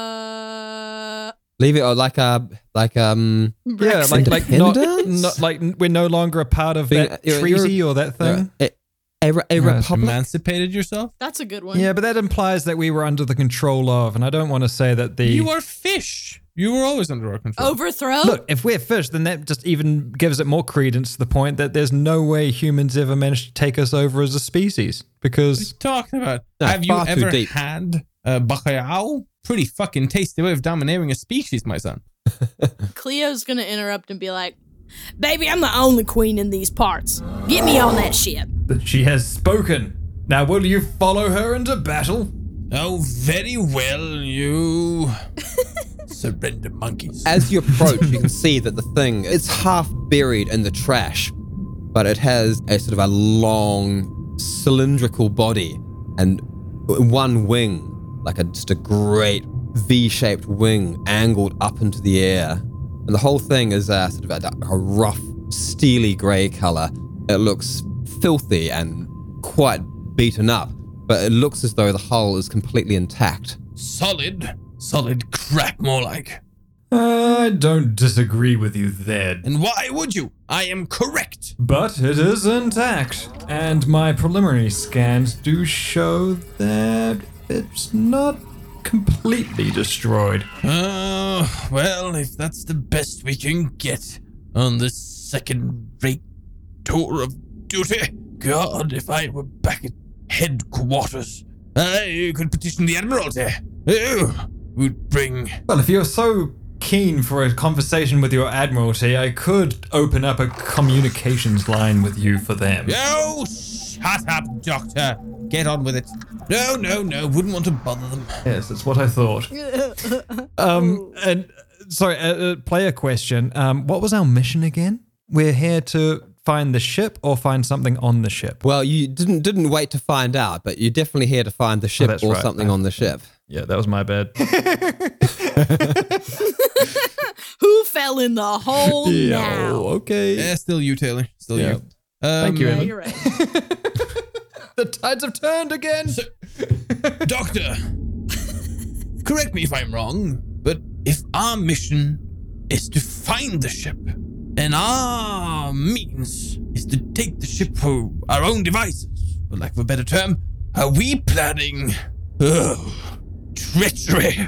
Speaker 4: Uh,
Speaker 1: Leave it or like a like um
Speaker 5: Hmm.
Speaker 7: Yeah, like like not,
Speaker 1: Independence?
Speaker 7: not like n- we're no longer a part of
Speaker 1: Being-
Speaker 7: that
Speaker 1: you're-
Speaker 7: treaty
Speaker 1: you're-
Speaker 7: or that thing.
Speaker 1: a, a, a republic.
Speaker 2: Emancipated yourself?
Speaker 4: that's a good one.
Speaker 7: Yeah, but that implies that we were under the control of, and I don't want to say that the
Speaker 2: are fish. You were always under our control.
Speaker 4: Overthrow.
Speaker 7: Look, if we're fish, then that just even gives it more credence to the point that there's no way humans ever managed to take us over as a species because
Speaker 2: talking about?
Speaker 1: No,
Speaker 2: Have you
Speaker 1: far too
Speaker 2: ever
Speaker 1: deep.
Speaker 2: had a bacalhau? Pretty fucking tasty way of domineering a species, my son.
Speaker 4: Cleo's gonna interrupt and be like, "Baby, I'm the only queen in these parts. Get me on that ship."
Speaker 5: That she has spoken. Now, will you follow her into battle?
Speaker 2: Oh, very well, you surrender monkeys.
Speaker 1: As you approach, you can see that the thing it's half buried in the trash, but it has a sort of a long cylindrical body and one wing, like a just a great V-shaped wing angled up into the air, and the whole thing is a sort of a, a rough steely grey color. It looks filthy and quite beaten up, but it looks as though the hull is completely intact.
Speaker 2: solid, solid crap, more like.
Speaker 5: I don't disagree with you there,
Speaker 2: And why would you? I am correct.
Speaker 5: but it is intact, and my preliminary scans do show that it's not completely destroyed.
Speaker 2: Oh, well, if that's the best we can get on this second rate tour of duty. God, if I were back at headquarters, I could petition the Admiralty. Oh, would bring
Speaker 5: Well, if you're so keen for a conversation with your admiralty, I could open up a communications line with you for them.
Speaker 2: Oh, shut up, Doctor. Get on with it. No, no, no. Wouldn't want to bother them.
Speaker 5: Yes, that's what I thought.
Speaker 7: um and sorry, a, a player question. Um, what was our mission again? We're here to find the ship or find something on the ship.
Speaker 1: Well, you didn't didn't wait to find out, but you're definitely here to find the ship
Speaker 7: that's
Speaker 1: or
Speaker 7: right.
Speaker 1: something on the ship.
Speaker 7: Yeah, that was my bad.
Speaker 4: Who fell in the hole now?
Speaker 7: okay.
Speaker 2: still you, Taylor. Still
Speaker 7: Yeah.
Speaker 2: you. Um,
Speaker 7: Thank you,
Speaker 4: Yeah,
Speaker 7: Evan.
Speaker 4: you're right.
Speaker 7: The tides have turned again.
Speaker 2: Doctor. correct me if I'm wrong, but if our mission is to find the ship, and our means is to take the ship for our own devices, for lack of a better term, are we planning oh, treachery?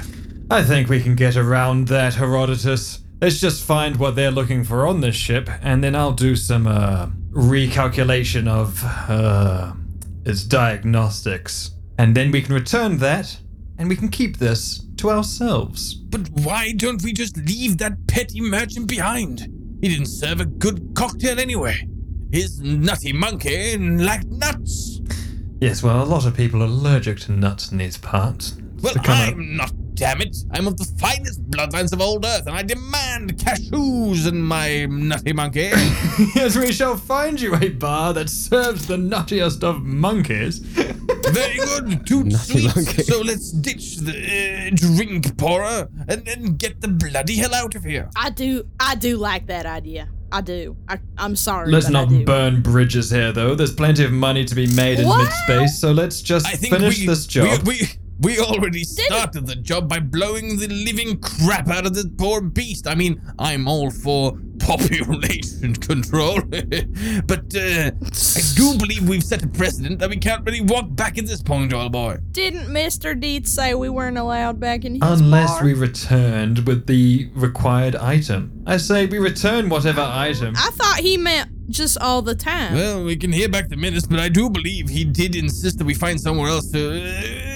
Speaker 5: I think we can get around that, Herodotus. Let's just find what they're looking for on this ship, and then I'll do some uh, recalculation of uh, its diagnostics. And then we can return that, and we can keep this to ourselves.
Speaker 2: But why don't we just leave that petty merchant behind? He didn't serve a good cocktail anyway. His nutty monkey lacked nuts.
Speaker 5: Yes, well, a lot of people are allergic to nuts in these parts.
Speaker 2: Well,
Speaker 5: Become a-
Speaker 2: I'm not, damn it. I'm of the finest bloodlines of old Earth, and I demand cashews and my nutty monkey.
Speaker 5: Yes, we shall find you a bar that serves the nuttiest of monkeys.
Speaker 2: Very good. Two
Speaker 1: Nutty
Speaker 2: sweets.
Speaker 1: looking.
Speaker 2: So let's ditch the uh, drink pourer and then get the bloody hell out of here.
Speaker 4: I do, I do like that idea. I do. I, I'm sorry.
Speaker 3: Let's
Speaker 4: but I
Speaker 3: not
Speaker 4: do.
Speaker 3: burn bridges here, though. There's plenty of money to be made in
Speaker 4: What?
Speaker 3: mid-space, so let's just
Speaker 2: I think
Speaker 3: finish
Speaker 2: we,
Speaker 3: this job.
Speaker 2: We, we we already started the job by blowing the living crap out of this poor beast. I mean, I'm all for population control, but uh, I do believe we've set a precedent that we can't really walk back at this point, old boy.
Speaker 4: Didn't Mr. Deeds say we weren't allowed back in his
Speaker 3: Unless
Speaker 4: bar?
Speaker 3: we returned with the required item. I say we return whatever item.
Speaker 4: I thought he meant just all the time.
Speaker 2: Well, we can hear back the minutes, but I do believe he did insist that we find somewhere else to uh,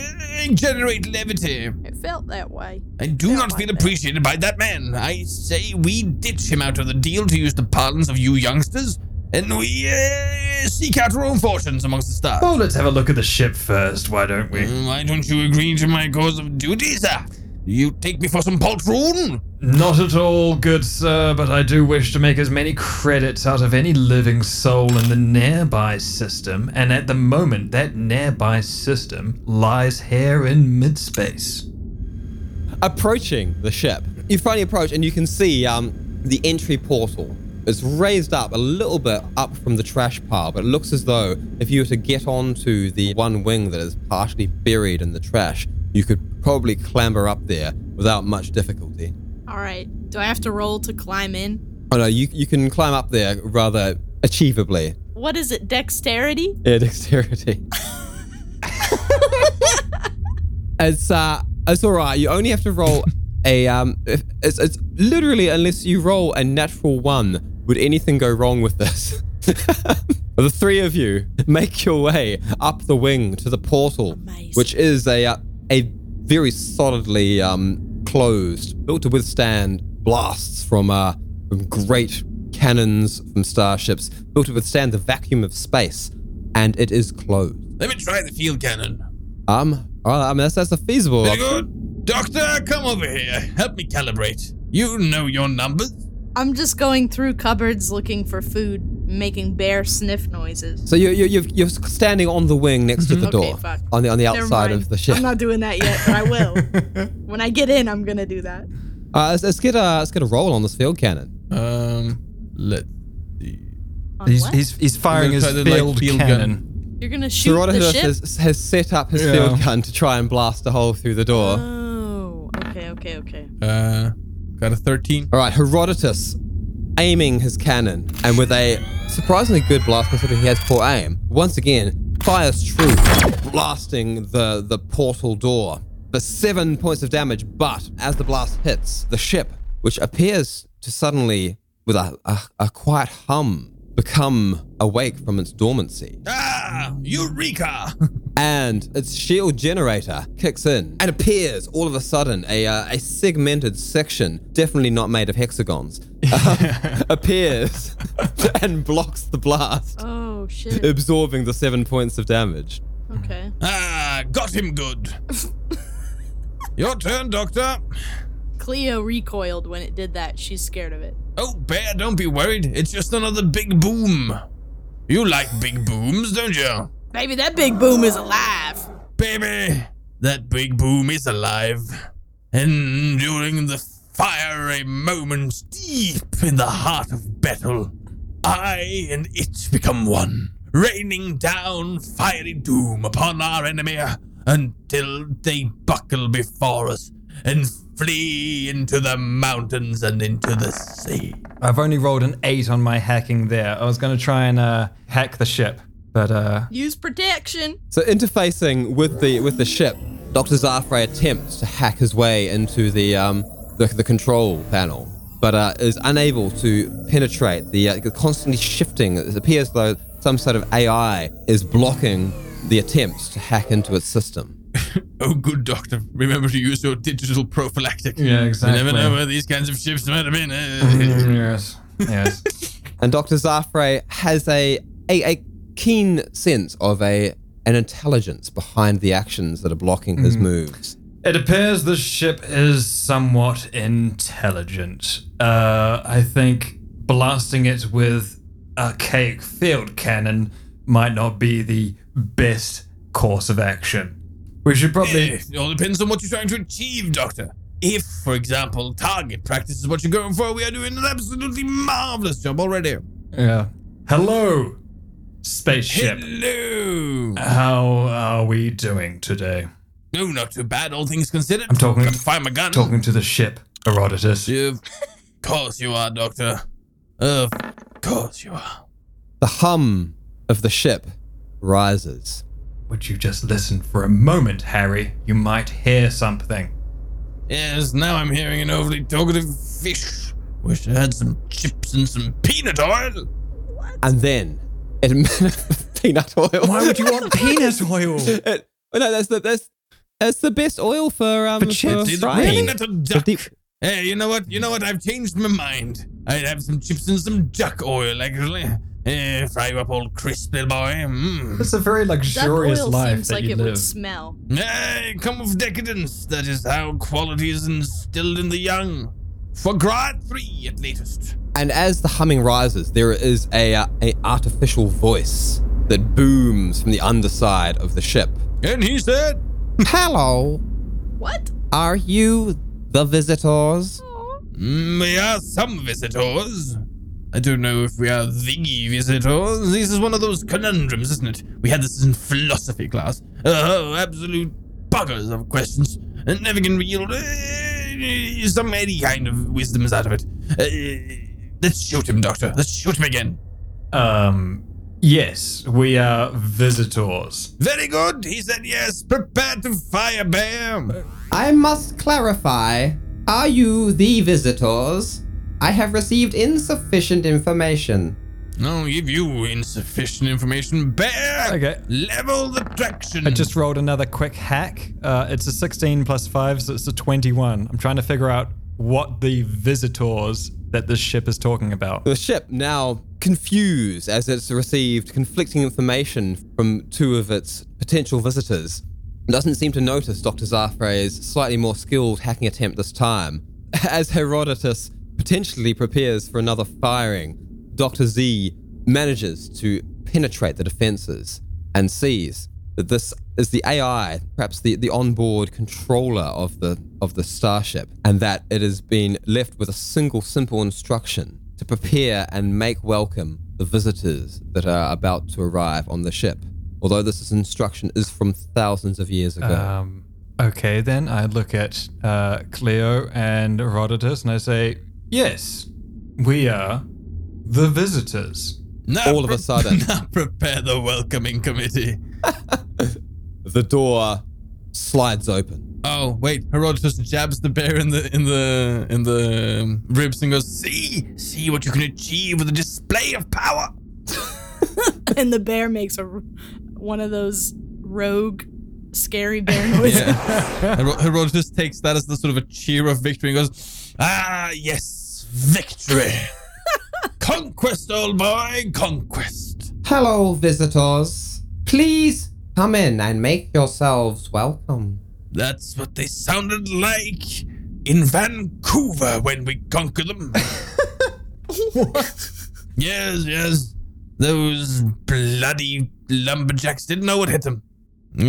Speaker 2: generate levity.
Speaker 4: it felt that way.
Speaker 2: I do
Speaker 4: Don't
Speaker 2: not
Speaker 4: like
Speaker 2: feel
Speaker 4: that.
Speaker 2: appreciated by that man. I say we ditch him out of the deal, to use the parlance of you youngsters, and we uh, seek out our own fortunes amongst the stars.
Speaker 3: Oh, let's have a look at the ship first, why don't we?
Speaker 2: Uh, Why don't you agree to my course of duty, sir? You take me for some poltroon?
Speaker 3: Not at all, good sir, but I do wish to make as many credits out of any living soul in the nearby system, and at the moment, that nearby system lies here in midspace.
Speaker 1: approaching the ship. You finally approach, and you can see um, the entry portal. It's raised up a little bit up from the trash pile, but it looks as though if you were to get onto the one wing that is partially buried in the trash, you could probably clamber up there without much difficulty.
Speaker 4: All right. Do I have to roll to climb in?
Speaker 1: Oh no, you, you can climb up there rather achievably.
Speaker 4: What is it? Dexterity?
Speaker 1: Yeah, dexterity. it's uh, it's all right. You only have to roll a um. if- It's, it's literally unless you roll a natural one, would anything go wrong with this? the three of you make your way up the wing to the portal,
Speaker 4: Amazing.
Speaker 1: which is a uh, a very solidly um closed, built to withstand blasts from uh from great cannons from starships, built to withstand the vacuum of space, and it is closed.
Speaker 2: Let me try the field cannon.
Speaker 1: Um, all right, I mean, that's, that's a feasible
Speaker 2: Very
Speaker 1: option.
Speaker 2: good. Doctor, come over here. Help me calibrate. You know your numbers.
Speaker 4: I'm just going through cupboards looking for food, making bear sniff noises.
Speaker 1: So you're, you're, you're, you're standing on the wing next to the
Speaker 4: Mm-hmm. Okay,
Speaker 1: door,
Speaker 4: fuck.
Speaker 1: on the on the
Speaker 4: Never
Speaker 1: outside
Speaker 4: mind.
Speaker 1: of the ship.
Speaker 4: I'm not doing that yet, but I will. when I get in, I'm gonna do that.
Speaker 1: Uh, let's, let's get a let's get a roll on this field cannon.
Speaker 2: Um, let.
Speaker 4: On
Speaker 5: He's,
Speaker 4: what?
Speaker 5: he's, he's firing
Speaker 2: I'm
Speaker 5: his
Speaker 2: gonna try the, like,
Speaker 5: field,
Speaker 2: field gun.
Speaker 5: cannon.
Speaker 4: You're gonna shoot the
Speaker 1: Herodotus
Speaker 4: ship.
Speaker 1: has, has set up his field gun to try and blast a hole through the door.
Speaker 4: Oh, okay, okay, okay.
Speaker 2: Uh, got a 13.
Speaker 1: All right, Herodotus aiming his cannon, and with a surprisingly good blast, considering he has poor aim, once again fires true, blasting the, the portal door for seven points of damage. But as the blast hits, the ship, which appears to suddenly, with a, a, a quiet hum, become awake from its dormancy,
Speaker 2: Ah, Eureka!
Speaker 1: and its shield generator kicks in and appears all of a sudden a, uh, a segmented section definitely not made of hexagons um, appears and blocks the blast
Speaker 4: Oh shit.
Speaker 1: absorbing the seven points of damage
Speaker 4: Okay.
Speaker 2: Ah, got him good. Your turn, Doctor.
Speaker 4: Cleo recoiled when it did that. She's scared of it.
Speaker 2: Oh, Bear, don't be worried. It's just another big boom. You like big booms, don't you?
Speaker 4: Baby, that big boom is alive.
Speaker 2: Baby, that big boom is alive. And during the fiery moments deep in the heart of battle, I and it become one, raining down fiery doom upon our enemy until they buckle before us and flee into the mountains and into the sea.
Speaker 5: I've only rolled an eight on my hacking there. I was going to try and uh, hack the ship, but uh,
Speaker 4: Use protection.
Speaker 1: So interfacing with the with the ship, Doctor Zafre attempts to hack his way into the um the, the control panel, but uh, is unable to penetrate the uh, constantly shifting. It appears though some sort of AI is blocking the attempts to hack into its system.
Speaker 2: Oh, good doctor. Remember to use your digital prophylactic.
Speaker 3: Yeah, exactly. Mm-hmm.
Speaker 2: You never know where these kinds of ships might have been. Uh,
Speaker 3: Mm. yes. Yes.
Speaker 1: And Doctor Zafre has a, a a keen sense of a an intelligence behind the actions that are blocking his moves.
Speaker 3: It appears the ship is somewhat intelligent. Uh, I think blasting it with archaic field cannon might not be the best course of action. We should probably.
Speaker 2: It all depends on what you're trying to achieve, Doctor. If, for example, target practice is what you're going for, we are doing an absolutely marvelous job already.
Speaker 3: Yeah. Hello, spaceship.
Speaker 2: Hello.
Speaker 3: How are we doing today?
Speaker 2: No, not too bad, all things considered.
Speaker 3: I'm talking-
Speaker 2: Got to fire my gun.
Speaker 3: Talking to the ship, Herodotus.
Speaker 2: Of course you are, Doctor. Of course you are.
Speaker 1: The hum of the ship rises.
Speaker 3: Would you just listen for a moment, Harry? You might hear something.
Speaker 2: Yes, now I'm hearing an overly talkative fish. Wish I had some chips and some peanut oil.
Speaker 1: And then it peanut oil.
Speaker 3: Why would you want peanut oil?
Speaker 1: It, well, no, that's the that's that's the best oil for um
Speaker 5: For chips,
Speaker 2: Did
Speaker 1: frying.
Speaker 2: peanut or
Speaker 1: For
Speaker 2: duck?
Speaker 1: deep-
Speaker 2: Hey, you know what? You know what? I've changed my mind. I'd have some chips and some duck oil, actually. Eh, fry you up old crisp, little boy. Mm.
Speaker 3: It's a very
Speaker 4: Duck
Speaker 3: luxurious
Speaker 4: oil
Speaker 3: life
Speaker 4: seems
Speaker 3: that
Speaker 4: like
Speaker 3: you
Speaker 4: it
Speaker 3: live.
Speaker 4: would smell.
Speaker 2: Hey, come with decadence. That is how quality is instilled in the young. For grade three, at latest.
Speaker 1: And as the humming rises, there is a, uh, a artificial voice that booms from the underside of the ship.
Speaker 2: And he said,
Speaker 1: Hello,
Speaker 4: What?
Speaker 1: are you the visitors?
Speaker 2: Mm, We are some visitors. I don't know if we are the visitors. This is one of those conundrums, isn't it? We had this in philosophy class. Oh, absolute buggers of questions. And never can yield eh, some any kind of wisdoms out of it. Uh, let's shoot him, Doctor. Let's shoot him again.
Speaker 3: Um, yes, we are visitors.
Speaker 2: Very good. He said yes. Prepare to fire, Bam.
Speaker 1: I must clarify. Are you the visitors? I have received insufficient information.
Speaker 2: No, give you insufficient information. Bear!
Speaker 5: Okay.
Speaker 2: Level the traction.
Speaker 5: I just rolled another quick hack. Uh, it's a 16 plus 5, so it's a 21. I'm trying to figure out what the visitors that this ship is talking about.
Speaker 1: The ship now confused as it's received conflicting information from two of its potential visitors. Doesn't seem to notice Dr. Zafre's slightly more skilled hacking attempt this time. As Herodotus potentially prepares for another firing, Dr. Z manages to penetrate the defenses and sees that this is the AI, perhaps the, the onboard controller of the of the starship, and that it has been left with a single simple instruction to prepare and make welcome the visitors that are about to arrive on the ship. Although this instruction is from thousands of years ago.
Speaker 5: Um, okay, then I look at uh, Cleo and Herodotus and I say,
Speaker 3: Yes, we are the visitors.
Speaker 2: Now
Speaker 1: all of a
Speaker 2: pre-
Speaker 1: sudden.
Speaker 2: Now prepare the welcoming committee.
Speaker 1: the door slides open.
Speaker 2: Oh wait, Herodotus jabs the bear in the in the in the um, ribs and goes, "See, see what you can achieve with a display of power."
Speaker 4: and the bear makes a r- one of those rogue, scary bear noises.
Speaker 2: Hero- Herodotus takes that as the sort of a cheer of victory and goes, "Ah, yes, victory, conquest, old boy, conquest."
Speaker 1: Hello, visitors. Please come in and make yourselves welcome.
Speaker 2: That's what they sounded like in Vancouver when we conquered them. Yes, yes. Those bloody lumberjacks didn't know what hit them.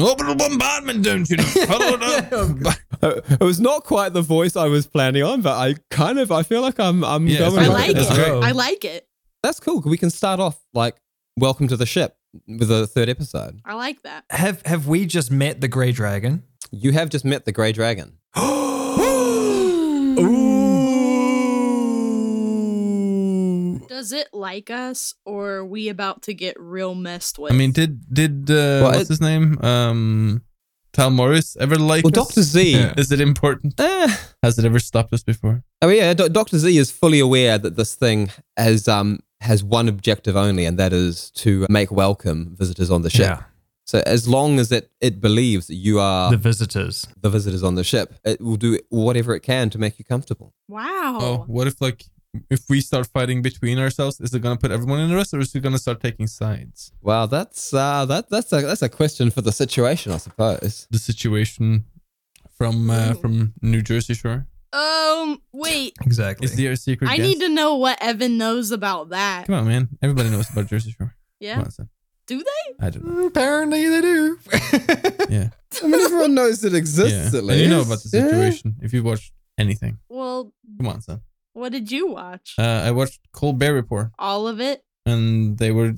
Speaker 2: Orbital bombardment, don't you know? Followed up by-
Speaker 1: Uh, It was not quite the voice I was planning on, but I kind of I feel like I'm I'm
Speaker 2: Yeah, it's
Speaker 1: going.
Speaker 4: I
Speaker 2: fine.
Speaker 1: with
Speaker 4: like it.
Speaker 2: That's great.
Speaker 4: I like it.
Speaker 1: That's cool. We can start off like welcome to the ship with the third episode.
Speaker 4: I like that.
Speaker 5: have, have we just met the Grey Dragon?
Speaker 1: You have just met the Grey Dragon.
Speaker 4: Does it like us, or are we about to get real messed with?
Speaker 2: I mean, did did uh,
Speaker 1: Well,
Speaker 2: what's
Speaker 1: it-
Speaker 2: his name? Um, Tal Morris ever like?
Speaker 1: Well,
Speaker 2: us?
Speaker 1: Dr. Z.
Speaker 2: Yeah. Is it important?
Speaker 1: Eh.
Speaker 2: Has it ever stopped us before?
Speaker 1: Oh yeah, Do- Doctor Z is fully aware that this thing has um has one objective only, and that is to make welcome visitors on the ship. So as long as it it believes that you are
Speaker 5: The
Speaker 1: the,
Speaker 5: visitors.
Speaker 1: visitors on the ship, it will do whatever it can to make you comfortable.
Speaker 4: wow.
Speaker 2: Oh, what if like if we start fighting between ourselves, is it gonna put everyone in the rest, or is it gonna start taking sides?
Speaker 1: Wow, that's uh that that's a that's a question for the situation, I suppose.
Speaker 2: The situation from uh,
Speaker 4: Ooh.
Speaker 2: from New Jersey Shore
Speaker 4: Um. Wait.
Speaker 5: Exactly.
Speaker 2: is there a secret?
Speaker 4: I
Speaker 2: guest?
Speaker 4: need to know what Evan knows about that.
Speaker 2: Come on, man. Everybody knows about Jersey Shore.
Speaker 4: Yeah.
Speaker 2: Come on, son.
Speaker 4: Do they?
Speaker 2: I don't know.
Speaker 5: Apparently they do.
Speaker 2: Yeah.
Speaker 1: I mean, everyone knows it exists at
Speaker 2: yeah. And
Speaker 1: least.
Speaker 2: you know about the
Speaker 1: Yeah.
Speaker 2: situation if you watched anything.
Speaker 4: Well,
Speaker 2: Come on, son.
Speaker 4: what did you watch?
Speaker 2: Uh, I watched Colbert Report,
Speaker 4: All of it?
Speaker 2: and they were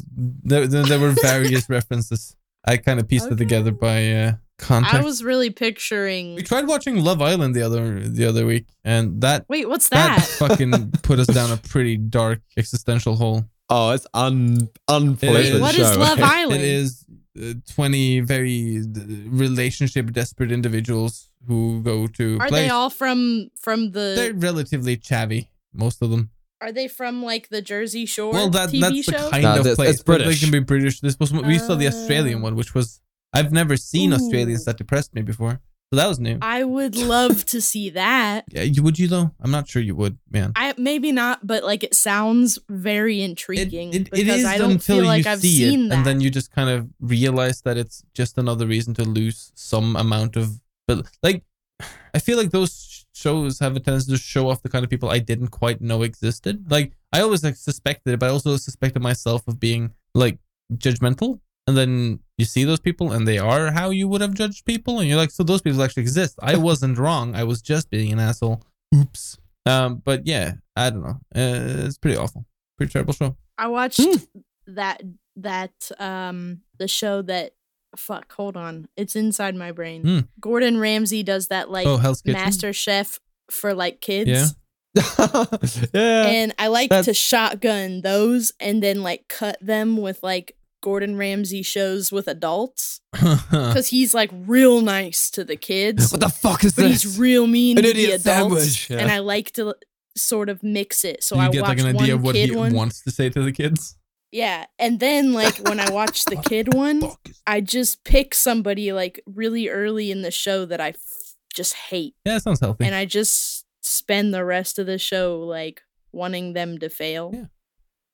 Speaker 2: there. There, there were various references. I kind of pieced it
Speaker 4: Okay.
Speaker 2: together by uh, context.
Speaker 4: I was really
Speaker 2: we
Speaker 4: picturing.
Speaker 2: tried watching Love Island the other the other week, and that
Speaker 4: Wait, what's
Speaker 2: that,
Speaker 4: that?
Speaker 2: fucking put us down a pretty dark existential hole.
Speaker 1: Oh, it's un unpleasant.
Speaker 4: What
Speaker 1: show. eh?
Speaker 4: is Love Island?
Speaker 2: It is uh, twenty very d- relationship desperate individuals who go to
Speaker 4: Are
Speaker 2: place.
Speaker 4: they all from from the?
Speaker 2: They're relatively chavvy, most of them.
Speaker 4: are they from like the Jersey Shore
Speaker 2: well, that
Speaker 4: TV
Speaker 2: that's
Speaker 4: show?
Speaker 2: the kind
Speaker 1: No,
Speaker 2: of
Speaker 1: that's-
Speaker 2: place.
Speaker 1: it's
Speaker 2: but
Speaker 1: British.
Speaker 2: They can be British. This was we saw the Australian
Speaker 4: Uh,
Speaker 2: one, which was I've never seen
Speaker 4: Ooh.
Speaker 2: Australians that depressed me before, so that was new.
Speaker 4: I would love to see that.
Speaker 2: yeah, you, would you though? I'm not sure you would, man.
Speaker 4: I maybe not, but like it sounds very
Speaker 2: It,
Speaker 4: intriguing
Speaker 2: it, it
Speaker 4: because
Speaker 2: is
Speaker 4: I don't
Speaker 2: until
Speaker 4: feel like
Speaker 2: you
Speaker 4: I've
Speaker 2: see
Speaker 4: seen
Speaker 2: it,
Speaker 4: that.
Speaker 2: and then you just kind of realize that it's just another reason to lose some amount of. But like, I feel like those sh- shows have a tendency to show off the kind of people I didn't quite know existed. Like, I always like, suspected it, but I also suspected myself of being like judgmental. And then you see those people, and they are how you would have judged people, and you're like, so those people actually exist. I wasn't wrong. I was just being an asshole. Oops. Um, but yeah, I don't know. Uh, it's pretty awful. Pretty terrible show.
Speaker 4: I watched
Speaker 2: Hmm.
Speaker 4: that that um the show that fuck hold on it's inside my brain.
Speaker 2: Hmm.
Speaker 4: Gordon Ramsay does that like
Speaker 2: oh, Hell's Kitchen.
Speaker 4: Master Chef for like kids.
Speaker 2: Yeah. Uh,
Speaker 1: yeah.
Speaker 4: and I like to
Speaker 1: That's-
Speaker 4: shotgun those and then like cut them with like Gordon Ramsay shows with adults because he's like real nice to the kids,
Speaker 1: what the fuck is
Speaker 4: but
Speaker 1: this?
Speaker 4: he's real mean
Speaker 1: An
Speaker 4: to the
Speaker 1: idiot
Speaker 4: adults.
Speaker 1: sandwich,
Speaker 4: And
Speaker 1: yeah.
Speaker 4: I like to sort of mix it, so
Speaker 2: you
Speaker 4: I
Speaker 2: get
Speaker 4: watch
Speaker 2: like an idea
Speaker 4: one
Speaker 2: of what
Speaker 4: kid
Speaker 2: he
Speaker 4: one.
Speaker 2: wants to say to the kids.
Speaker 4: Yeah, and then like when I watch the kid one,
Speaker 2: Fuck.
Speaker 4: I just pick somebody like really early in the show that I f- just hate,
Speaker 2: Yeah, it sounds healthy.
Speaker 4: and I just spend the rest of the show like wanting them to fail.